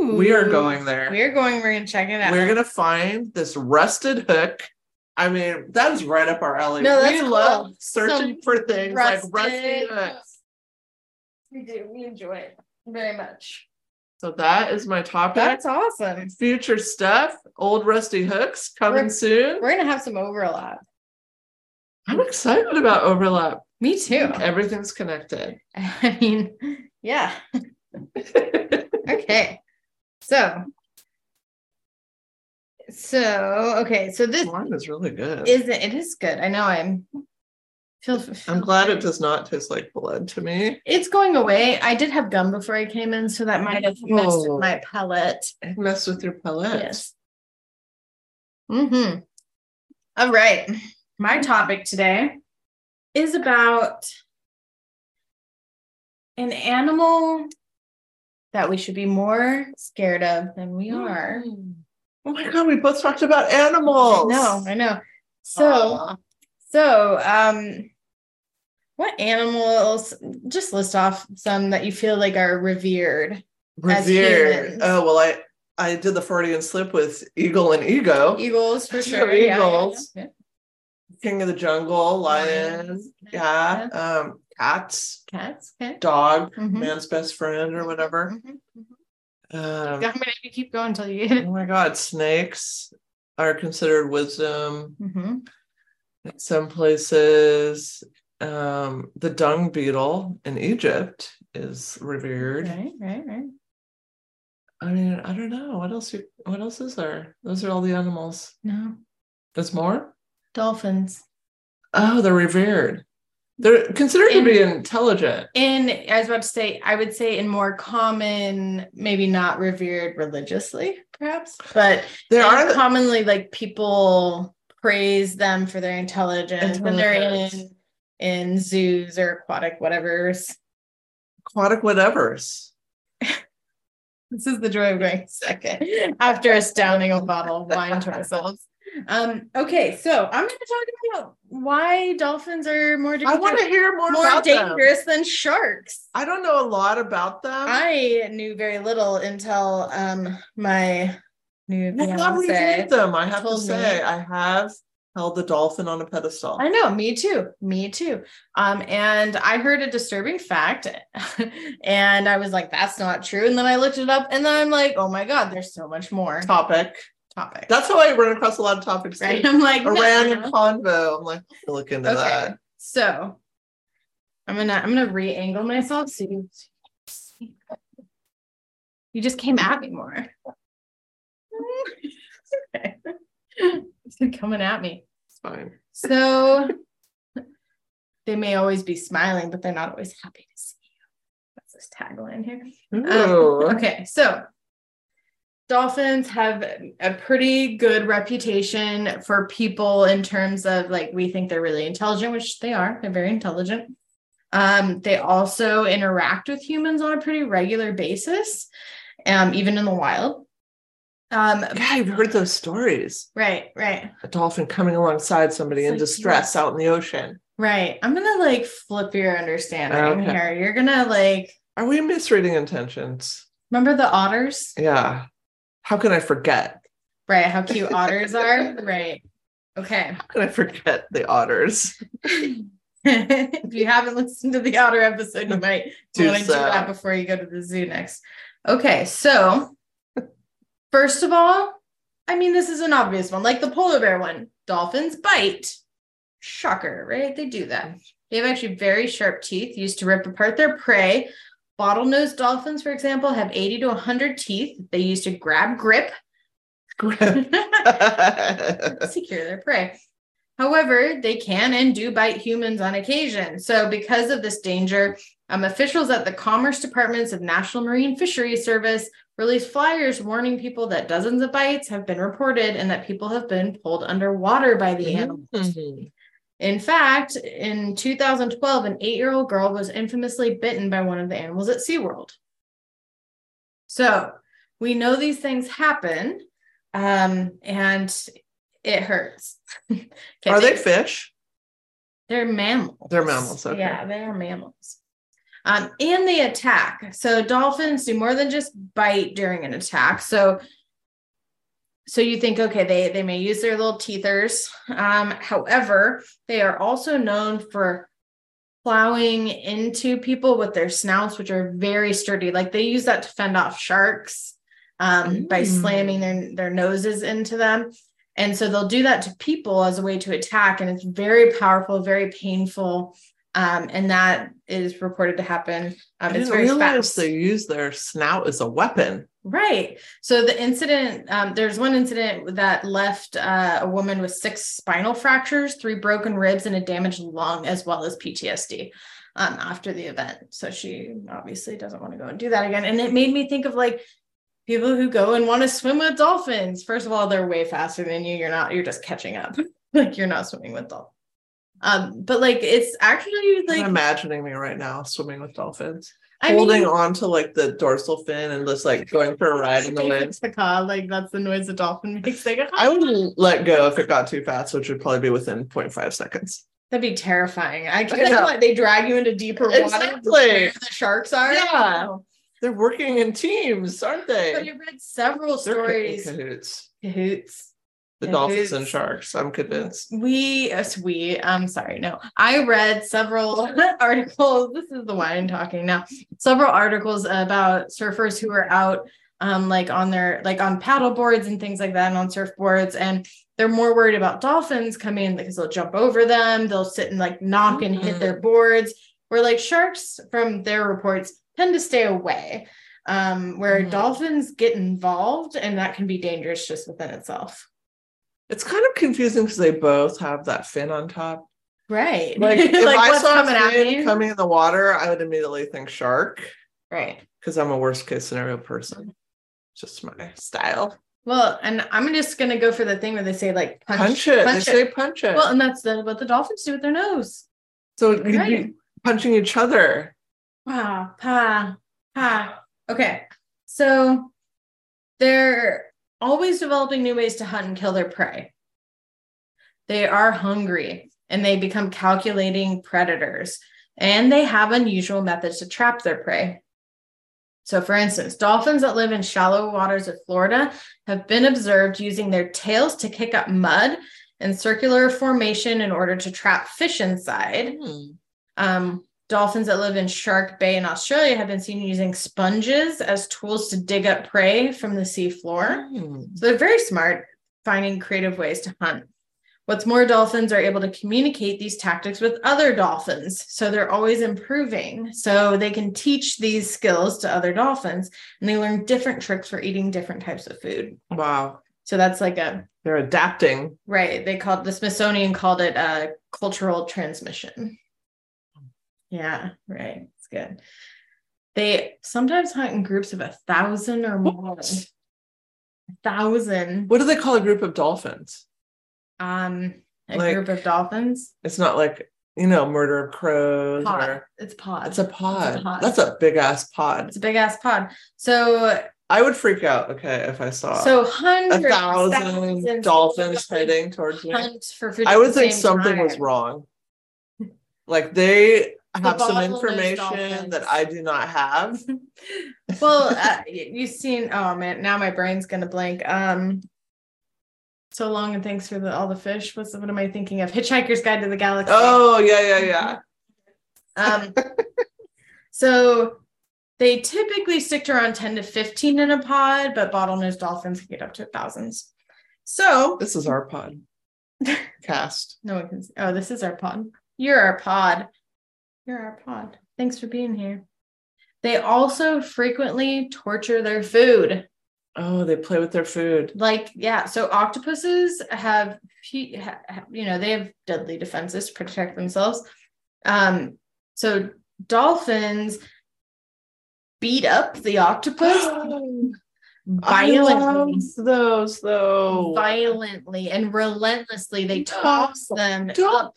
Speaker 1: We are
Speaker 2: Ooh.
Speaker 1: going there.
Speaker 2: We are going. We're gonna check it out.
Speaker 1: We're going to find this rusted hook. I mean, that is right up our alley.
Speaker 2: No, that's
Speaker 1: we love
Speaker 2: cool.
Speaker 1: searching
Speaker 2: Some
Speaker 1: for things like rusty hooks.
Speaker 2: hooks. We do. We enjoy it very much.
Speaker 1: So that is my topic.
Speaker 2: That's awesome.
Speaker 1: Future stuff, old rusty hooks coming
Speaker 2: We're-
Speaker 1: soon.
Speaker 2: We're gonna have some overlap.
Speaker 1: I'm excited about overlap.
Speaker 2: Me too.
Speaker 1: Everything's connected.
Speaker 2: [laughs] I mean,
Speaker 1: [laughs]
Speaker 2: yeah. Okay. So. So okay. So this
Speaker 1: Wine is really good.
Speaker 2: isn't. It is good. I know. I'm. Feel.
Speaker 1: I'm glad it does not taste like blood to me.
Speaker 2: It's going away. I did have gum before I came in, so that might have messed
Speaker 1: Oh.
Speaker 2: with my palate.
Speaker 1: It messed with your palate.
Speaker 2: Yes. Mm-hmm. All right. My topic today is about an animal that we should be more scared of than we
Speaker 1: Mm-hmm.
Speaker 2: are.
Speaker 1: Mm. Oh my god, we both talked about animals.
Speaker 2: No, I know. So,
Speaker 1: Aw.
Speaker 2: so, um, what animals? Just list off some that you feel like are revered. as
Speaker 1: revered.
Speaker 2: humans.
Speaker 1: Oh well, I I did the Freudian slip with eagle and ego,
Speaker 2: Eagles
Speaker 1: [laughs]
Speaker 2: for
Speaker 1: Sure,
Speaker 2: sure. Yeah, yeah, yeah,
Speaker 1: eagles.
Speaker 2: yeah.
Speaker 1: king of the jungle, lions, yeah, um, cats,
Speaker 2: Cats. Okay.
Speaker 1: dog,
Speaker 2: Mhm.
Speaker 1: man's best friend or whatever.
Speaker 2: Mhm, mhm.
Speaker 1: Um,
Speaker 2: I'm gonna have you keep going until you get it.
Speaker 1: Oh my God, snakes are considered wisdom in some places. Um, the dung beetle in Egypt is revered.
Speaker 2: Right, right, right.
Speaker 1: I mean, I don't know what else. You, what else is there? Those are all the animals.
Speaker 2: No,
Speaker 1: There's more.
Speaker 2: dolphins.
Speaker 1: Oh, they're revered. They're considered to be
Speaker 2: In-
Speaker 1: intelligent.
Speaker 2: In I was about to say, I would say in more common, maybe not revered religiously, perhaps, but
Speaker 1: They
Speaker 2: in
Speaker 1: are. The,
Speaker 2: commonly like people praise them for their intelligence when they're in
Speaker 1: Intelligence.
Speaker 2: in zoos or aquatic whatever's.
Speaker 1: aquatic whatevers.
Speaker 2: This is the joy
Speaker 1: [laughs]
Speaker 2: of going second after astounding a bottle of wine to ourselves. Um, okay, so I'm going to talk about why dolphins are more
Speaker 1: I
Speaker 2: dangerous,
Speaker 1: want to hear more,
Speaker 2: more
Speaker 1: about them.
Speaker 2: dangerous than sharks.
Speaker 1: I don't know a lot about them.
Speaker 2: I knew very little until um, my new
Speaker 1: I have
Speaker 2: fiance.
Speaker 1: reviewed them. I have to
Speaker 2: told me.
Speaker 1: say, I have held the dolphin on a pedestal.
Speaker 2: I know, me too, me too. Um, and I heard a disturbing fact, [laughs] and I was like, "That's not true." And then I looked it up, and then I'm like, "Oh my god, there's so much more
Speaker 1: Topic.
Speaker 2: topic."
Speaker 1: That's how I run across a lot of topics. too.
Speaker 2: Right? [laughs] I'm like,
Speaker 1: A
Speaker 2: "No,
Speaker 1: random
Speaker 2: no."
Speaker 1: convo. I'm like, I'll look into
Speaker 2: Okay.
Speaker 1: that.
Speaker 2: So I'm gonna I'm gonna re-angle myself so you you just came at me more. okay. It's coming at me.
Speaker 1: It's fine.
Speaker 2: So they may always be smiling, but they're not always happy to see you. That's this tagline here.
Speaker 1: Ooh.
Speaker 2: Um, Okay, so dolphins have a pretty good reputation for people in terms of like we think they're really intelligent, which they are. They're very intelligent. Um, they also interact with humans on a pretty regular basis, um, even in the wild. Um,
Speaker 1: Yeah, I've heard those stories.
Speaker 2: right, right,
Speaker 1: A dolphin coming alongside somebody
Speaker 2: It's
Speaker 1: in
Speaker 2: like,
Speaker 1: distress out in the ocean.
Speaker 2: right. I'm gonna like flip your understanding
Speaker 1: Okay.
Speaker 2: here. You're gonna like
Speaker 1: Are we misreading intentions?
Speaker 2: remember the otters,
Speaker 1: Yeah. How can I forget?
Speaker 2: right? How cute otters are, right? Okay.
Speaker 1: How can I forget the
Speaker 2: [laughs]
Speaker 1: otters?
Speaker 2: if you haven't listened to the outer episode, you might
Speaker 1: Do
Speaker 2: want to
Speaker 1: so.
Speaker 2: do that before you go to the zoo next. Okay, so first of all, I mean, this is an obvious one, like the polar bear one. Dolphins bite. Shocker, right? They do that. They have actually very sharp teeth used to rip apart their prey. Bottlenose dolphins, for example, have 80 to 100 teeth. They use to grab grip. [laughs]
Speaker 1: [laughs]
Speaker 2: Mm-hmm. secure their prey. However, they can and do bite humans on occasion. So, because of this danger, um, officials at the Commerce Departments of National Marine Fisheries Service released flyers warning people that dozens of bites have been reported and that people have been pulled underwater by the animal.
Speaker 1: Mhm.
Speaker 2: In fact, in 2012, an eight year old girl was infamously bitten by one of the animals at SeaWorld. So we know these things happen um, and it hurts. [laughs] Okay,
Speaker 1: Are they fish?
Speaker 2: They're mammals.
Speaker 1: They're mammals, okay.
Speaker 2: Yeah, they are mammals. Um, and they attack. So dolphins do more than just bite during an attack. So so you think okay they they may use their little teethers um, however they are also known for plowing into people with their snouts which are very sturdy like they use that to fend off sharks um, by
Speaker 1: Mm.
Speaker 2: slamming their their noses into them and so they'll do that to people as a way to attack and it's very powerful very painful um, and that is reported to happen um,
Speaker 1: I
Speaker 2: it's
Speaker 1: didn't
Speaker 2: very
Speaker 1: realize
Speaker 2: fast
Speaker 1: they use their snout as a weapon.
Speaker 2: Right. So the incident, um, there's one incident that left uh, a woman with six spinal fractures, three broken ribs, and a damaged lung, as well as PTSD um, after the event. So she obviously doesn't want to go and do that again. And it made me think of like people who go and want to swim with dolphins. First of all, they're way faster than you. You're not, you're just catching up. [laughs] like you're not swimming with dolphins. Um, but like it's actually like
Speaker 1: I'm imagining me right now swimming with dolphins,
Speaker 2: I
Speaker 1: holding
Speaker 2: mean,
Speaker 1: on to like the dorsal fin and just like going for a ride in the wind.
Speaker 2: cicada, [laughs] like that's the noise a dolphin makes. Like, [laughs]
Speaker 1: I would let go if it got too fast, which would probably be within 0.5 seconds.
Speaker 2: That'd be terrifying. I can
Speaker 1: I know.
Speaker 2: like they drag you into deeper water
Speaker 1: Exactly.
Speaker 2: where the sharks are.
Speaker 1: Yeah.
Speaker 2: Oh.
Speaker 1: They're working in teams, aren't they?
Speaker 2: But I read several
Speaker 1: They're co- in
Speaker 2: stories.
Speaker 1: cahoots.
Speaker 2: Cahoots.
Speaker 1: The
Speaker 2: Cahoots.
Speaker 1: dolphins and sharks. I'm convinced.
Speaker 2: We, yes, we, I'm sorry, no. I read several [laughs] articles. This is the wine talking now. Several articles about surfers who are out, um, like on their, like on paddle boards and things like that, and on surfboards. And they're more worried about dolphins coming in because they'll jump over them, they'll sit and like knock and hit their boards. Where like sharks, from their reports, tend to stay away. Um, where
Speaker 1: Mhm.
Speaker 2: dolphins get involved, and that can be dangerous just within itself.
Speaker 1: It's kind of confusing because they both have that fin on
Speaker 2: [laughs]
Speaker 1: top.
Speaker 2: Right. [laughs]
Speaker 1: Like, if I
Speaker 2: what's
Speaker 1: saw
Speaker 2: coming
Speaker 1: a
Speaker 2: at
Speaker 1: fin
Speaker 2: me?
Speaker 1: coming in the water, I would immediately think shark
Speaker 2: right.
Speaker 1: because I'm a worst case scenario person. Just my style.
Speaker 2: Well, and I'm just gonna go for the thing where they say like punch,
Speaker 1: Punch, it.
Speaker 2: punch
Speaker 1: they
Speaker 2: it.
Speaker 1: say punch it.
Speaker 2: Well, and that's the, what the dolphins do with their nose.
Speaker 1: so you'd
Speaker 2: Right.
Speaker 1: be punching each other.
Speaker 2: Pa, pa, pa. Okay. So they're always developing new ways to hunt and kill their prey. They are hungry and they become calculating predators and they have unusual methods to trap their prey. So, for instance, dolphins that live in shallow waters of Florida have been observed using their tails to kick up mud in circular formation in order to trap fish inside. Um, dolphins that live in Shark Bay in Australia have been seen using sponges as tools to dig up prey from the seafloor.
Speaker 1: Hmm.
Speaker 2: So they're very smart, finding creative ways to hunt. What's more, dolphins are able to communicate these tactics with other dolphins. So they're always improving. So they can teach these skills to other dolphins and they learn different tricks for eating different types of food.
Speaker 1: Wow.
Speaker 2: So that's like a
Speaker 1: They're adapting.
Speaker 2: Right. They called the Smithsonian called it uh, cultural transmission. Yeah, right. It's good. They sometimes hunt in groups of a thousand or more.
Speaker 1: What?
Speaker 2: A thousand.
Speaker 1: What do they call a group of dolphins?
Speaker 2: Um, a
Speaker 1: Like-
Speaker 2: group of dolphins.
Speaker 1: It's not like, you know, murder of crows
Speaker 2: Pod.
Speaker 1: or
Speaker 2: It's pod.
Speaker 1: it's a pod.
Speaker 2: pod.
Speaker 1: That's a big ass pod.
Speaker 2: It's a big ass pod. So
Speaker 1: I would freak out, okay, if I saw
Speaker 2: so
Speaker 1: Uh, a
Speaker 2: hundreds thousands
Speaker 1: thousand
Speaker 2: of
Speaker 1: dolphins heading towards me.
Speaker 2: Hunt for food
Speaker 1: I
Speaker 2: at
Speaker 1: would
Speaker 2: the
Speaker 1: think
Speaker 2: same
Speaker 1: something was
Speaker 2: time.
Speaker 1: wrong. Like they have some
Speaker 2: bottlenose
Speaker 1: information
Speaker 2: dolphins.
Speaker 1: that I do not have.
Speaker 2: well uh, y- you've seen oh man now my brain's gonna blank um so long and thanks for the, all the fish what's what am i thinking of hitchhiker's guide to the galaxy
Speaker 1: Oh yeah, yeah, yeah.
Speaker 2: Mm-hmm. um so they typically stick to around 10 to 15 in a pod but bottlenose dolphins can get up to thousands so
Speaker 1: This is our
Speaker 2: [laughs]
Speaker 1: pod cast.
Speaker 2: no one can see. oh this is our pod you're our pod you're our pod thanks for being here they also frequently torture their food
Speaker 1: Oh, they play with their food.
Speaker 2: like yeah so octopuses have hu- ha- ha- you know they have deadly defenses to protect themselves um so dolphins beat up
Speaker 1: [gasps]
Speaker 2: the octopus
Speaker 1: I
Speaker 2: violently
Speaker 1: love those though.
Speaker 2: violently and relentlessly they toss them
Speaker 1: Don't-
Speaker 2: up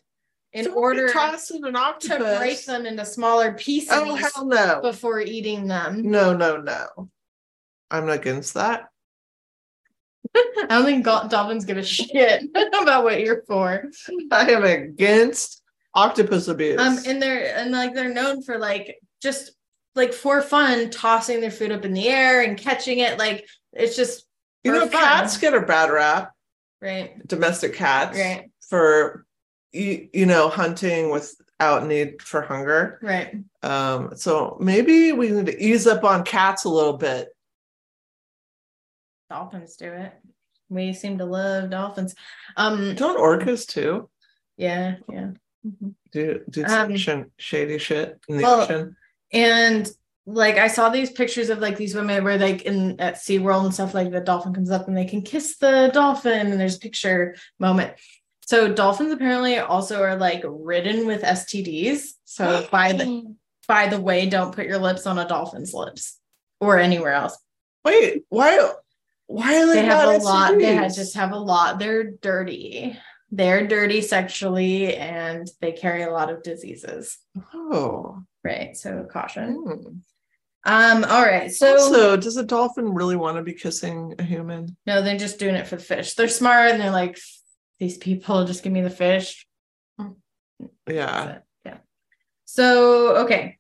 Speaker 2: in
Speaker 1: Don't be
Speaker 2: order
Speaker 1: tossing an
Speaker 2: to
Speaker 1: octopus.
Speaker 2: break them into smaller pieces
Speaker 1: Oh hell no!
Speaker 2: before
Speaker 1: [laughs]
Speaker 2: eating them.
Speaker 1: No no no! I'm not against that. [laughs]
Speaker 2: I don't think gol- dolphins give a shit [laughs] about what you're for.
Speaker 1: I am against octopus abuse.
Speaker 2: Um, and they're and like they're known for like just like for fun tossing their food up in the air and catching it. Like it's just
Speaker 1: you
Speaker 2: for
Speaker 1: know,
Speaker 2: fun.
Speaker 1: cats get a bad rap.
Speaker 2: right,
Speaker 1: Domestic cats,
Speaker 2: right,
Speaker 1: for you, you know hunting without need for hunger.
Speaker 2: right.
Speaker 1: Um, so maybe we need to ease up on cats a little bit.
Speaker 2: Dolphins do it. We seem to love dolphins. Um,
Speaker 1: Don't orcas too
Speaker 2: yeah, yeah. Mhm.
Speaker 1: do do some
Speaker 2: Um,
Speaker 1: shin- shady shit in the
Speaker 2: well,
Speaker 1: ocean?
Speaker 2: and like I saw these pictures of like these women where like in at SeaWorld and stuff like the dolphin comes up and they can kiss the dolphin and there's a picture moment. So dolphins apparently also are like ridden with STDs.
Speaker 1: [gasps]
Speaker 2: So by the by the way, don't put your lips on a dolphin's lips or anywhere else.
Speaker 1: Wait, why? Why are they,
Speaker 2: They have a
Speaker 1: not
Speaker 2: lot. They ha-
Speaker 1: STDs?
Speaker 2: just have a lot. They're dirty. They're dirty sexually and they carry a lot of diseases.
Speaker 1: Oh.
Speaker 2: Right. So caution.
Speaker 1: Hmm.
Speaker 2: Um, all right. So
Speaker 1: also, does a dolphin really want to be kissing a human?
Speaker 2: No, they're just doing it for the fish. They're smart and they're like, these people just give me the fish.
Speaker 1: Yeah.
Speaker 2: That's it. Yeah. So, okay.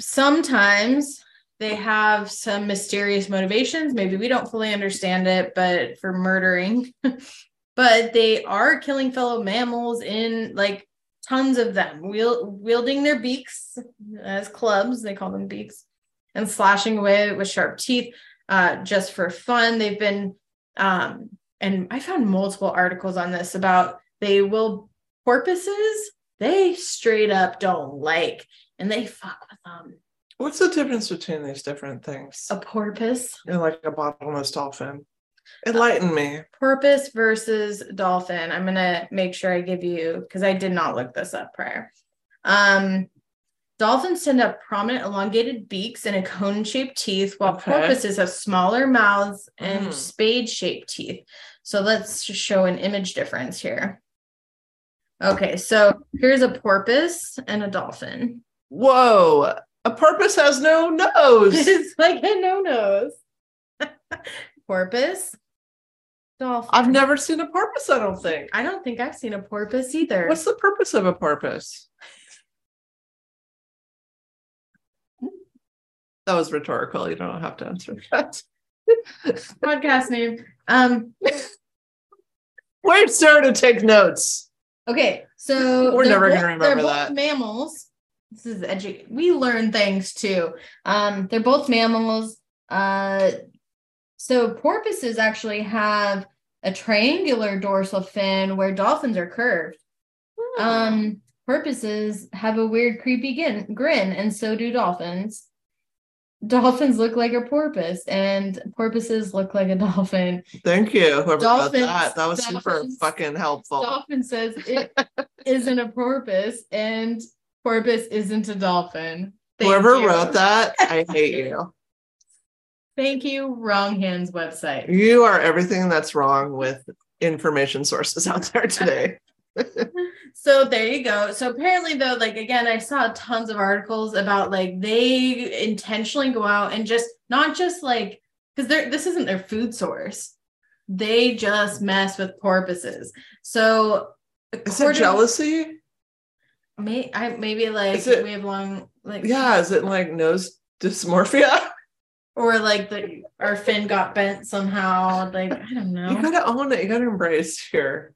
Speaker 2: Sometimes they have some mysterious motivations. Maybe we don't fully understand it, but for murdering, [laughs] but they are killing fellow mammals in like tons of them, wiel- wielding their beaks as clubs, they call them beaks, and slashing away with sharp teeth uh, just for fun. They've been, um, and I found multiple articles on this about they will porpoises, they straight up don't like and they fuck with them.
Speaker 1: What's the difference between these different things?
Speaker 2: A porpoise,
Speaker 1: You're like a bottlenose dolphin. Enlighten me.
Speaker 2: porpoise versus dolphin. I'm gonna make sure I give you because I did not look this up prior. Um, dolphins send up prominent elongated beaks and a cone-shaped teeth, while
Speaker 1: Okay.
Speaker 2: porpoises have smaller mouths and
Speaker 1: Mm.
Speaker 2: spade-shaped teeth. So let's just show an image difference here. Okay, so here's a porpoise and a dolphin.
Speaker 1: Whoa. A porpoise has no
Speaker 2: [laughs]
Speaker 1: nose.
Speaker 2: it's like a no-nos. [laughs] porpoise, dolphin.
Speaker 1: I've never seen a porpoise, I don't think.
Speaker 2: I don't think I've seen a porpoise either.
Speaker 1: What's the purpose of a porpoise? That was rhetorical. You don't have to answer that.
Speaker 2: podcast name. Um,
Speaker 1: Wait, Sarah, to take notes.
Speaker 2: okay, so
Speaker 1: We're
Speaker 2: they're
Speaker 1: never gonna
Speaker 2: both-
Speaker 1: remember
Speaker 2: they're both
Speaker 1: that.
Speaker 2: Mammals. This is edu- we learn things too. Um, they're both mammals. Uh, so porpoises actually have a triangular dorsal fin where dolphins are curved. Um, porpoises have a weird, creepy gin- grin, and so do dolphins. Dolphins look like a porpoise, and porpoises look like a dolphin.
Speaker 1: Thank you, whoever got
Speaker 2: Dolphins-
Speaker 1: that. That was super
Speaker 2: dolphins-
Speaker 1: fucking helpful.
Speaker 2: dolphin says it isn't a porpoise and porpoise isn't a dolphin. Thank
Speaker 1: Whoever
Speaker 2: you.
Speaker 1: wrote that, I hate you.
Speaker 2: Thank you, Wrong Hands website.
Speaker 1: You are everything that's wrong with information sources out there today.
Speaker 2: So there you go. So apparently, though, like again, I saw tons of articles about like they intentionally go out and just not just like because they're this isn't their food source. They just mess with porpoises. So
Speaker 1: Is it
Speaker 2: according-
Speaker 1: jealousy?
Speaker 2: May I maybe like
Speaker 1: Is it-
Speaker 2: we have long like
Speaker 1: Yeah, is it like nose dysmorphia? [laughs]
Speaker 2: or like the our fin got bent somehow. Like I don't know.
Speaker 1: You gotta own it. You gotta embrace your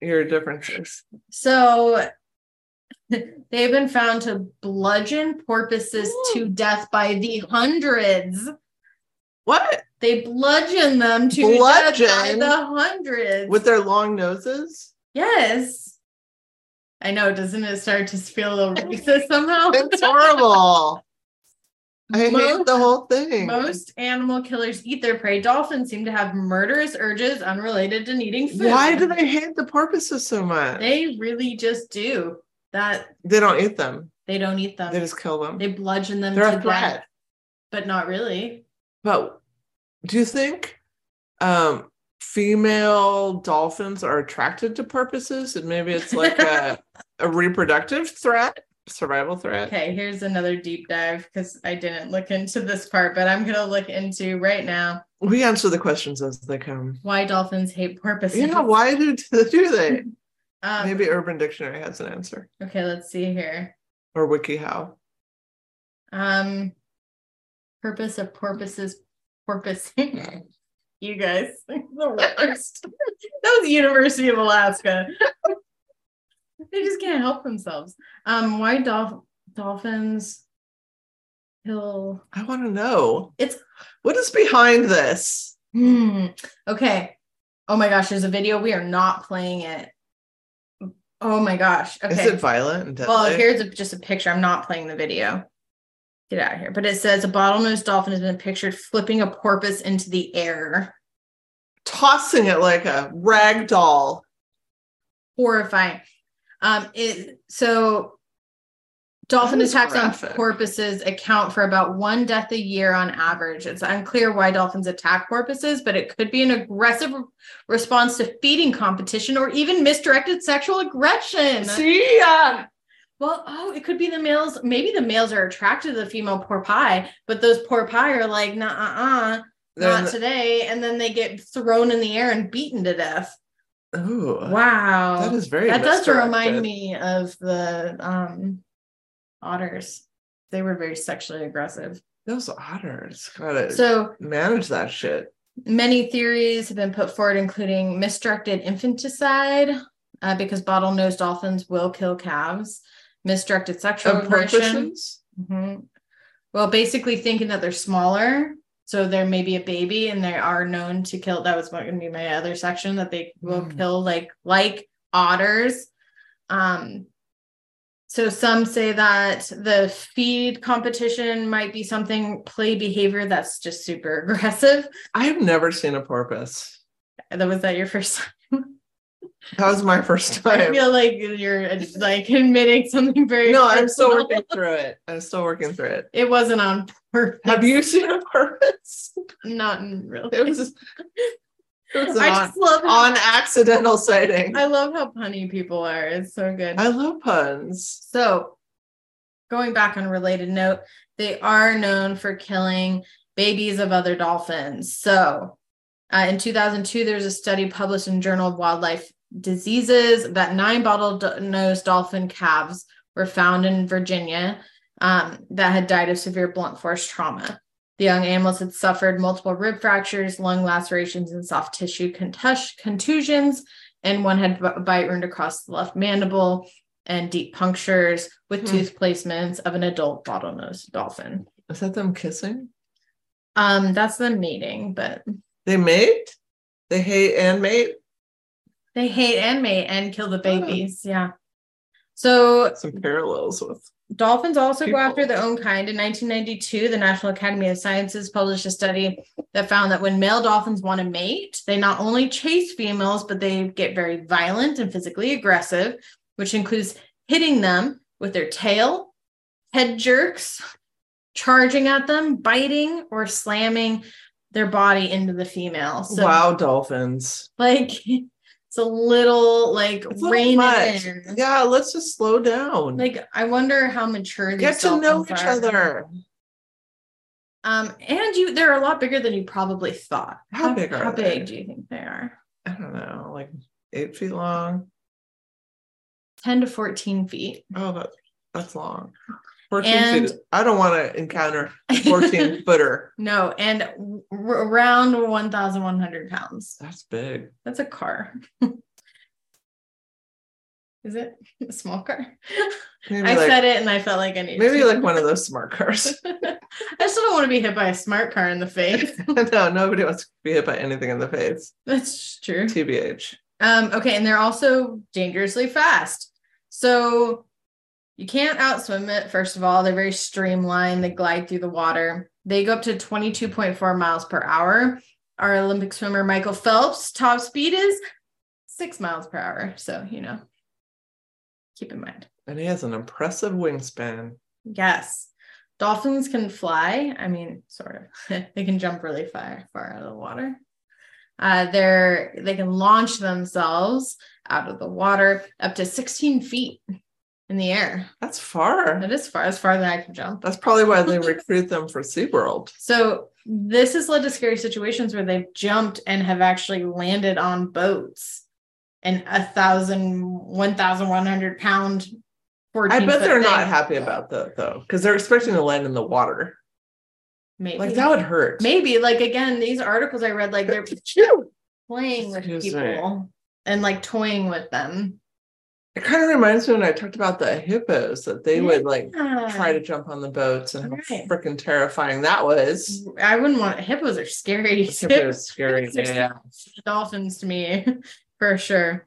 Speaker 1: your differences.
Speaker 2: So [laughs] they've been found to bludgeon porpoises to death by the hundreds.
Speaker 1: What
Speaker 2: They bludgeon them to
Speaker 1: Bludgeon?
Speaker 2: death by the hundreds.
Speaker 1: with their long noses?
Speaker 2: yes. I know, doesn't it start to feel a
Speaker 1: [laughs]
Speaker 2: little racist somehow?
Speaker 1: It's horrible. I hate the whole thing.
Speaker 2: Most animal killers eat their prey. Dolphins seem to have murderous urges unrelated to needing food.
Speaker 1: Why do they hate the porpoises so much? They,
Speaker 2: They really just do that.
Speaker 1: don't eat them.
Speaker 2: They don't eat them.
Speaker 1: They
Speaker 2: They,
Speaker 1: just kill them.
Speaker 2: bludgeon them
Speaker 1: They're
Speaker 2: to
Speaker 1: a
Speaker 2: death,
Speaker 1: threat.
Speaker 2: but not really.
Speaker 1: But do you think um female dolphins are attracted to porpoises, and maybe it's like
Speaker 2: [laughs]
Speaker 1: a, a reproductive threat, survival threat.
Speaker 2: Okay, here's another deep dive because I didn't look into this part, but I'm gonna look into right now
Speaker 1: We answer the questions as they come.
Speaker 2: why dolphins hate porpoises.
Speaker 1: Yeah, why do [laughs] do they?
Speaker 2: Um,
Speaker 1: Maybe Urban Dictionary has an answer
Speaker 2: Okay, let's see here.
Speaker 1: or WikiHow.
Speaker 2: Um, purpose of porpoises, porpoising. [laughs] you guys, [laughs] the worst. [laughs] that was University of Alaska. [laughs] they just can't help themselves. Um, why dolph- dolphins kill?
Speaker 1: I want to know.
Speaker 2: It's-
Speaker 1: what is behind this?
Speaker 2: Hmm. Okay. Oh my gosh, there's a video. We are not playing it. Oh my gosh. Okay.
Speaker 1: Is it violent and deadly?
Speaker 2: Well, here's a, just a picture. I'm not playing the video. Get out of here. But it says a bottlenose dolphin has been pictured flipping a porpoise into the air.
Speaker 1: Tossing it like a rag doll.
Speaker 2: Horrifying. Um, it so dolphin
Speaker 1: That is
Speaker 2: attacks on
Speaker 1: graphic.
Speaker 2: porpoises account for about one death a year on average. It's unclear why dolphins attack porpoises, but it could be an aggressive response to feeding competition or even misdirected sexual aggression.
Speaker 1: See uh, ya.
Speaker 2: Well, oh, it could be the males. Maybe the males are attracted to the female porpoise, but those porpoise are like, nah, uh, uh,
Speaker 1: Then-
Speaker 2: not today. And then they get thrown in the air and beaten to death.
Speaker 1: Ooh,
Speaker 2: Wow.
Speaker 1: That is very.
Speaker 2: That does remind
Speaker 1: misdirected.
Speaker 2: me of the um, otters. They were very sexually aggressive.
Speaker 1: Those otters gotta
Speaker 2: So
Speaker 1: manage that shit.
Speaker 2: many theories have been put forward, including misdirected infanticide, uh, because bottlenose dolphins will kill calves, misdirected sexual
Speaker 1: And
Speaker 2: aggression.
Speaker 1: porpoises?
Speaker 2: hmm Well, basically thinking that they're smaller, so they're maybe a baby, and they are known to kill. That was going to be my other section that they will
Speaker 1: Mm.
Speaker 2: kill like like otters. Um, so some say that the feed competition might be something play behavior that's just super [laughs] aggressive.
Speaker 1: I've never seen a porpoise.
Speaker 2: That was that your first. [laughs]
Speaker 1: That was my first
Speaker 2: I
Speaker 1: time.
Speaker 2: feel like you're uh, like admitting something very.
Speaker 1: No, I'm still
Speaker 2: personal.
Speaker 1: working through it. I'm still working through it.
Speaker 2: It wasn't on [laughs] purpose.
Speaker 1: Have you seen a porpoise?
Speaker 2: Not in real.
Speaker 1: It was. It was an
Speaker 2: I
Speaker 1: on,
Speaker 2: just love how-
Speaker 1: on accidental sighting. I,
Speaker 2: I love how punny people are. It's so good.
Speaker 1: love puns.
Speaker 2: so, going back on a related note, they are known for killing babies of other dolphins. So, uh, in 2002, there's a study published in Journal of Wildlife Diseases that nine bottlenose dolphin calves were found in Virginia um, that had died of severe blunt force trauma. The young animals had suffered multiple rib fractures, lung lacerations, and soft tissue contus- contusions, and one had a bite wound across the left mandible and deep punctures with
Speaker 1: Hmm.
Speaker 2: tooth placements of an adult bottlenose dolphin.
Speaker 1: Is that them kissing?
Speaker 2: Um, that's the mating, but
Speaker 1: They mate. They hate and mate.
Speaker 2: They hate and mate and kill the babies. Yeah. So
Speaker 1: Some parallels with
Speaker 2: dolphins also
Speaker 1: People.
Speaker 2: go after their own kind. In 1992, the National Academy of Sciences published a study that found that when male dolphins want to mate, they not only chase females, but they get very violent and physically aggressive, which includes hitting them with their tail, head jerks, charging at them, biting, or slamming their body into the female. So
Speaker 1: wow dolphins.
Speaker 2: like it's a little
Speaker 1: It's
Speaker 2: like
Speaker 1: a little
Speaker 2: rein
Speaker 1: much.
Speaker 2: it in.
Speaker 1: Yeah, let's just slow down.
Speaker 2: Like I wonder how mature these
Speaker 1: Get to know
Speaker 2: dolphins
Speaker 1: each
Speaker 2: are.
Speaker 1: other.
Speaker 2: Um, and you they're a lot bigger than you probably thought.
Speaker 1: How big are
Speaker 2: how
Speaker 1: they?
Speaker 2: big do you think they are?
Speaker 1: I don't know, like eight feet long.
Speaker 2: Ten to fourteen feet.
Speaker 1: Oh, that, that's long. 14
Speaker 2: And-
Speaker 1: feet. is- I don't want to encounter 14 footer.
Speaker 2: [laughs] no, and w- r- around one thousand one hundred pounds.
Speaker 1: That's big.
Speaker 2: That's a car. [laughs] Is it a small car?
Speaker 1: Maybe
Speaker 2: I
Speaker 1: like
Speaker 2: said it and I felt like I needed.
Speaker 1: maybe
Speaker 2: to.
Speaker 1: like one of those smart cars. [laughs]
Speaker 2: [laughs] I still don't want to be hit by a smart car in the face. [laughs]
Speaker 1: no, nobody wants to be hit by anything in the face.
Speaker 2: That's true.
Speaker 1: TBH.
Speaker 2: Um, okay, and they're also dangerously fast. So you can't outswim it, first of all. They're very streamlined, they glide through the water. They go up to 22.4 miles per hour. Our Olympic swimmer Michael Phelps' top speed is six miles per hour. So, you know, keep in mind.
Speaker 1: And he has an impressive wingspan.
Speaker 2: Yes. [laughs] Dolphins can fly. I mean, sort of. they can jump really far, far out of the water. Uh, they're they can launch themselves out of the water up to 16 feet in the air.
Speaker 1: That's far.
Speaker 2: That is far, as far as I can jump.
Speaker 1: That's probably why
Speaker 2: [laughs]
Speaker 1: they recruit them for SeaWorld.
Speaker 2: So this has led to scary situations where they've jumped and have actually landed on boats and a thousand, one thousand one hundred pound.
Speaker 1: I
Speaker 2: 14
Speaker 1: bet
Speaker 2: foot
Speaker 1: they're not
Speaker 2: thing.
Speaker 1: happy about that though, because they're expecting to land in the water.
Speaker 2: Maybe.
Speaker 1: Like that would hurt.
Speaker 2: Maybe like again, these articles I read,
Speaker 1: [laughs]
Speaker 2: like they're playing with
Speaker 1: Excuse me.
Speaker 2: people and like toying with them.
Speaker 1: It kind of reminds me when I talked about the hippos that they would like try to jump on the boats and how
Speaker 2: Right.
Speaker 1: freaking terrifying that was.
Speaker 2: I wouldn't want hippos are
Speaker 1: [laughs]
Speaker 2: scary.
Speaker 1: Hippos scary.
Speaker 2: They're
Speaker 1: Yeah.
Speaker 2: Dolphins to me [laughs] for sure.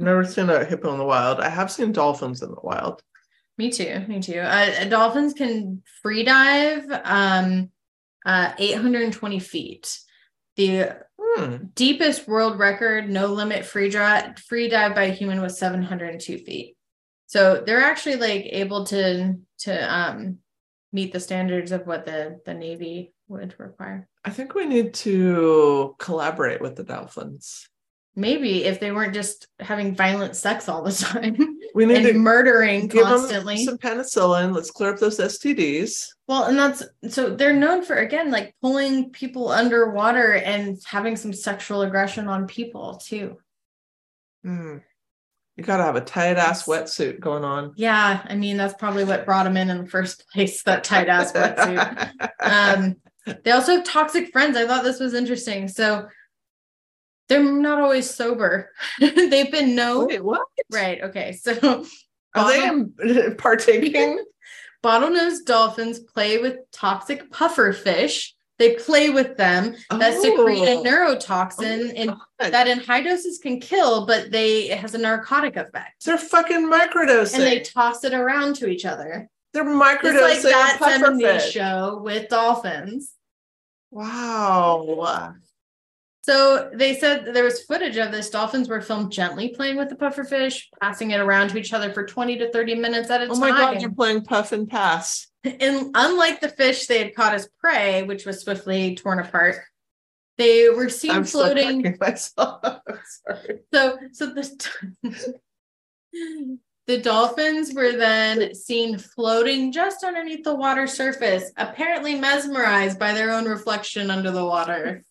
Speaker 1: I've never seen a hippo in the wild. I have seen dolphins in the wild.
Speaker 2: Me too. Me too. Uh, dolphins can free dive um, uh, 820 feet. The
Speaker 1: Hmm.
Speaker 2: deepest world record, no limit free draw, free dive by a human was 702 feet. So they're actually like able to to um, meet the standards of what the the Navy would require.
Speaker 1: I think we need to collaborate with the dolphins.
Speaker 2: Maybe if they weren't just having violent sex all the [laughs] time
Speaker 1: We need
Speaker 2: and
Speaker 1: to
Speaker 2: murdering
Speaker 1: give them
Speaker 2: constantly.
Speaker 1: some penicillin. Let's clear up those STDs.
Speaker 2: Well, and that's so they're known for again like pulling people underwater and having some sexual aggression on people too.
Speaker 1: Hmm.
Speaker 2: Mm.
Speaker 1: You got to have a tight ass wetsuit going on.
Speaker 2: Yeah, I mean that's probably what brought him in in the first [laughs] place. That tight ass wetsuit.
Speaker 1: [laughs]
Speaker 2: Um, they also have toxic friends. I thought this was interesting. So they're not always sober. [laughs] They've been known.
Speaker 1: Wait, what?
Speaker 2: Oh, Right. Okay. So [laughs]
Speaker 1: Are they em- [laughs] partaking?
Speaker 2: bottlenose dolphins play with toxic puffer fish. They play with them that secrete a
Speaker 1: Oh.
Speaker 2: neurotoxin
Speaker 1: Oh my
Speaker 2: and
Speaker 1: God.
Speaker 2: that in high doses can kill, but they it has a narcotic effect.
Speaker 1: They're fucking microdosing.
Speaker 2: And they toss it around to each other.
Speaker 1: They're
Speaker 2: It's like
Speaker 1: microdosing
Speaker 2: that
Speaker 1: pufferfish.
Speaker 2: '70s show with dolphins.
Speaker 1: Wow.
Speaker 2: So they said that there was footage of this. Dolphins were filmed gently playing with the pufferfish, passing it around to each other for 20 to 30 minutes at a
Speaker 1: Oh
Speaker 2: time.
Speaker 1: my god, you're playing puff and pass.
Speaker 2: and unlike the fish they had caught as prey, which was swiftly torn apart, they were seen
Speaker 1: I'm still
Speaker 2: floating.
Speaker 1: cracking myself. [laughs] I'm sorry.
Speaker 2: So, so the [laughs] the dolphins were then seen floating just underneath the water surface, apparently mesmerized by their own reflection under the water.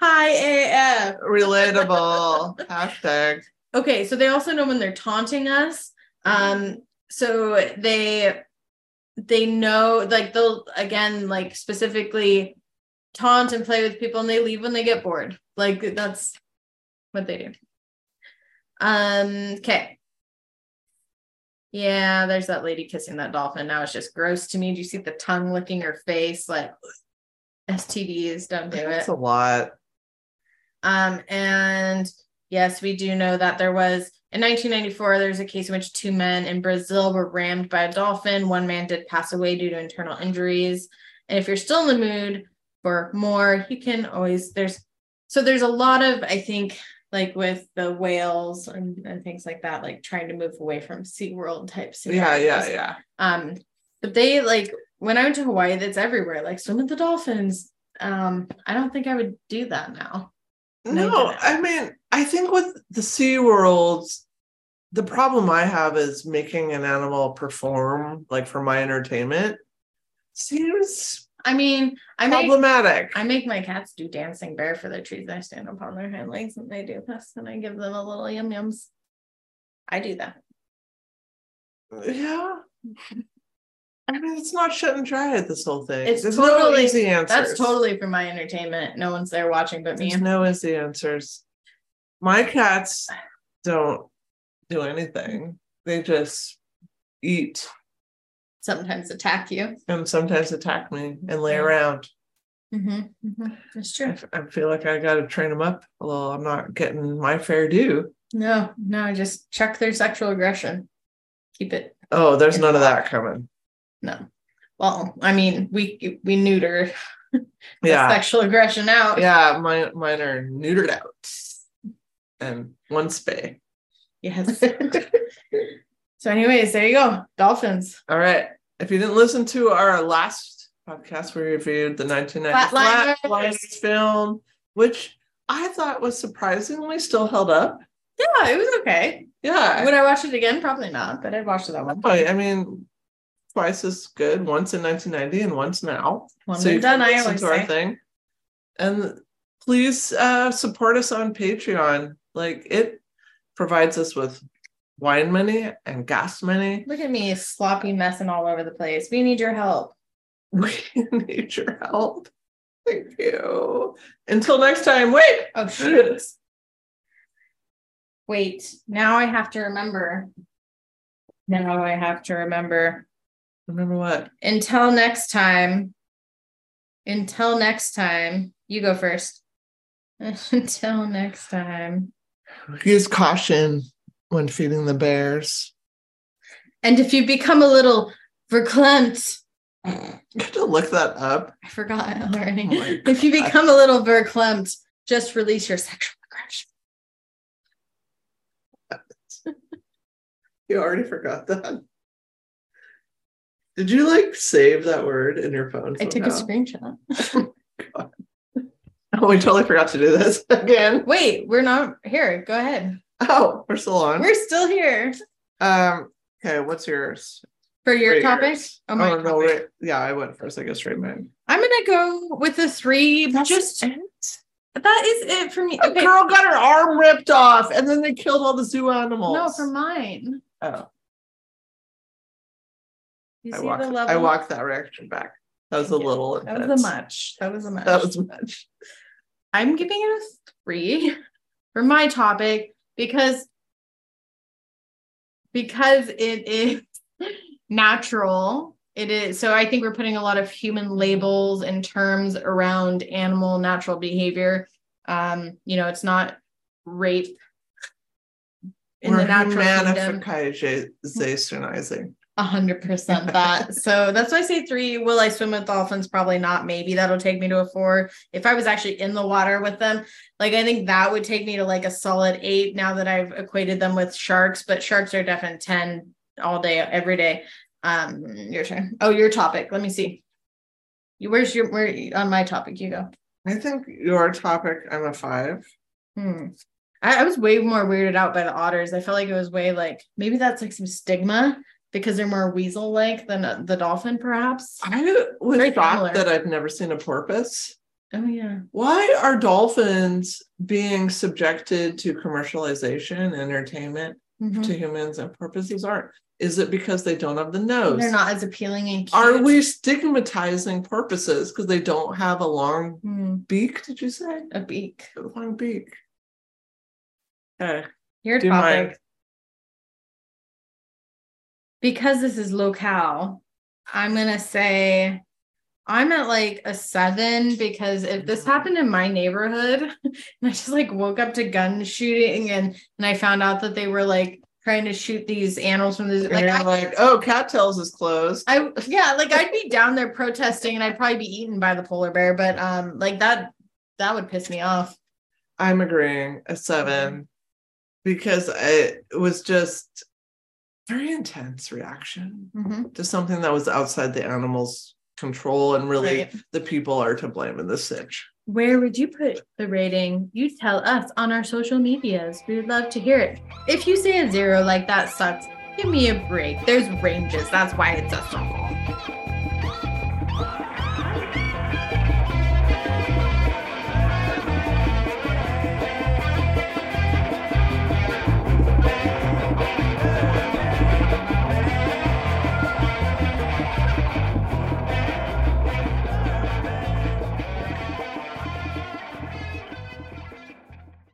Speaker 2: Hi AF. [laughs]
Speaker 1: Relatable. Hashtag.
Speaker 2: Okay, so they also know when they're taunting us. Um, so they they know like they'll again like specifically taunt and play with people and they leave when they get bored. Like that's what they do. Um, okay. Yeah, there's that lady kissing that dolphin. Now it's just gross to me. Do you see the tongue licking her face? Like STDs, don't do it.
Speaker 1: That's a lot.
Speaker 2: Um, and yes, we do know that there was in 1994, there was a case in which two men in Brazil were rammed by a dolphin. One man did pass away due to internal injuries. And if you're still in the mood for more, you can always, there's, so there's a lot of, I think, like with the whales and, and things like that, like trying to move away from SeaWorld type
Speaker 1: Yeah, yeah,
Speaker 2: scenarios.
Speaker 1: yeah.
Speaker 2: Um, but they like when I went to Hawaii, that's everywhere, like swim with the dolphins. Um, I don't think I would do that now. No, you
Speaker 1: No,
Speaker 2: didn't.
Speaker 1: I mean, I think with the Sea Worlds, the problem I have is making an animal perform like for my entertainment seems
Speaker 2: I mean, I make
Speaker 1: problematic.
Speaker 2: I make my cats do dancing bear for their trees. I stand up on their hind legs and they do this, and I give them a little yum yums. I do that.
Speaker 1: yeah. I mean, it's not shut and dry this whole thing.
Speaker 2: It's
Speaker 1: There's no
Speaker 2: totally-
Speaker 1: easy answers.
Speaker 2: That's totally for my entertainment. No one's there watching but me.
Speaker 1: There's no easy answers. My cats don't do anything. They just eat
Speaker 2: [laughs] Sometimes attack you.
Speaker 1: and sometimes attack me and lay around.
Speaker 2: Mm-hmm. That's
Speaker 1: I
Speaker 2: true.
Speaker 1: f- I feel like I got to train them up a little. I'm not getting my fair due.
Speaker 2: No, no, just check their sexual aggression. Keep it
Speaker 1: Oh, there's none of that coming.
Speaker 2: no. Well, I mean, we we neuter the
Speaker 1: Yeah,
Speaker 2: sexual aggression out.
Speaker 1: yeah. Mine, mine are neutered out and one spay.
Speaker 2: Yes. [laughs] so, anyways, there you go. Dolphins.
Speaker 1: All right. If you didn't listen to our last podcast, we reviewed the 1990
Speaker 2: Flatliners.
Speaker 1: Flatliners film. which I thought was surprisingly still held up.
Speaker 2: Yeah, it was okay.
Speaker 1: Yeah.
Speaker 2: Would I watch it again? Probably not, but I'd watch that one.
Speaker 1: I I mean, twice as good, once in 1990 and once now.
Speaker 2: One
Speaker 1: you
Speaker 2: and done,
Speaker 1: can
Speaker 2: I
Speaker 1: listen
Speaker 2: always
Speaker 1: to our
Speaker 2: say.
Speaker 1: thing. And please uh, support us on Patreon. Like it provides us with wine money and gas money. [laughs]
Speaker 2: Look at me sloppy messing all over the place. We need your help.
Speaker 1: We need your help. Thank you. Until next time, wait.
Speaker 2: Oh shoot. Wait, now I have to remember. Now I have to remember.
Speaker 1: Remember what?
Speaker 2: Until next time. Until next time. You go first. [laughs] Until next time.
Speaker 1: Use caution when feeding the bears. [laughs]
Speaker 2: And if you become a little verklempt, I
Speaker 1: You have to look that up.
Speaker 2: forgot already.
Speaker 1: Oh my
Speaker 2: if you
Speaker 1: God.
Speaker 2: become a little verklempt, just release your sexual aggression.
Speaker 1: You already forgot that. Did you like save that word in your phone?
Speaker 2: I took a
Speaker 1: somehow?
Speaker 2: screenshot.
Speaker 1: [laughs] Oh, we totally forgot to do this [laughs] again.
Speaker 2: Wait, we're not here. Go ahead.
Speaker 1: Oh, we're still on.
Speaker 2: We're still here
Speaker 1: Um, okay, what's yours?
Speaker 2: for your
Speaker 1: Wait,
Speaker 2: topic.
Speaker 1: yours.
Speaker 2: Oh, my
Speaker 1: oh no,
Speaker 2: topic.
Speaker 1: wait. yeah, I went first. I guess straight man.
Speaker 2: I'm gonna go with the three. just that is it for me.
Speaker 1: A
Speaker 2: Okay,
Speaker 1: girl got her arm ripped off, and then they killed all the zoo animals.
Speaker 2: no, for mine.
Speaker 1: oh,
Speaker 2: You
Speaker 1: I
Speaker 2: see
Speaker 1: walked.
Speaker 2: the level?
Speaker 1: I walked that reaction back. That was a
Speaker 2: Yeah,
Speaker 1: little.
Speaker 2: That was
Speaker 1: intense.
Speaker 2: a much. That was a much.
Speaker 1: That was much.
Speaker 2: I'm giving it a three [laughs] for my topic because because it is [laughs] natural. It is so I think we're putting a lot of human labels and terms around animal natural behavior. Um, you know, it's not rape in
Speaker 1: We're
Speaker 2: the natural kingdom.
Speaker 1: humanificationizing.
Speaker 2: A hundred percent that. So that's why I say three. Will I swim with dolphins? Probably not. Maybe that'll take me to a four. If I was actually in the water with them, like I think that would take me to like a solid eight now that I've equated them with sharks, but sharks are definite 10 all day, every day. Um, your turn. Oh, your topic. Let me see. You where's your where on my topic? You go.
Speaker 1: I think your topic. I'm a five.
Speaker 2: Hmm. I, I was way more weirded out by the otters. I felt like it was way like maybe that's like some stigma because they're more weasel like than uh, the dolphin, perhaps.
Speaker 1: I was
Speaker 2: Very
Speaker 1: shocked
Speaker 2: similar.
Speaker 1: that I've never seen a porpoise.
Speaker 2: Oh yeah.
Speaker 1: Why are dolphins being subjected to commercialization, entertainment
Speaker 2: Mhm.
Speaker 1: to humans and porpoises aren't? Is it because they don't have the nose?
Speaker 2: They're not as appealing and cute.
Speaker 1: Are we stigmatizing porpoises because they don't have a long
Speaker 2: Hmm,
Speaker 1: beak? Did you say
Speaker 2: a beak?
Speaker 1: a long beak? Okay.
Speaker 2: Your
Speaker 1: Do
Speaker 2: topic.
Speaker 1: mine.
Speaker 2: Because this is locale, I'm gonna say I'm at like a seven because if this
Speaker 1: Mhm.
Speaker 2: happened in my neighborhood [laughs] and I just like woke up to gun shooting and and I found out that they were like trying to shoot these animals from the zoo,
Speaker 1: And
Speaker 2: like
Speaker 1: you're
Speaker 2: I,
Speaker 1: like, oh, cattails is closed.
Speaker 2: I yeah, like I'd be down there protesting and I'd probably be eaten by the polar bear, but um like that that would piss me off.
Speaker 1: I'm agreeing a
Speaker 2: Mm-hmm.
Speaker 1: seven because I- it was just very intense reaction
Speaker 2: Mhm.
Speaker 1: to something that was outside the animal's control and really
Speaker 2: Right.
Speaker 1: the people are to blame in this sitch.
Speaker 2: Where would you put the rating? You tell us on our social medias. We would love to hear it. If you say a zero, like that sucks, give me a break. There's ranges. That's why it's a circle.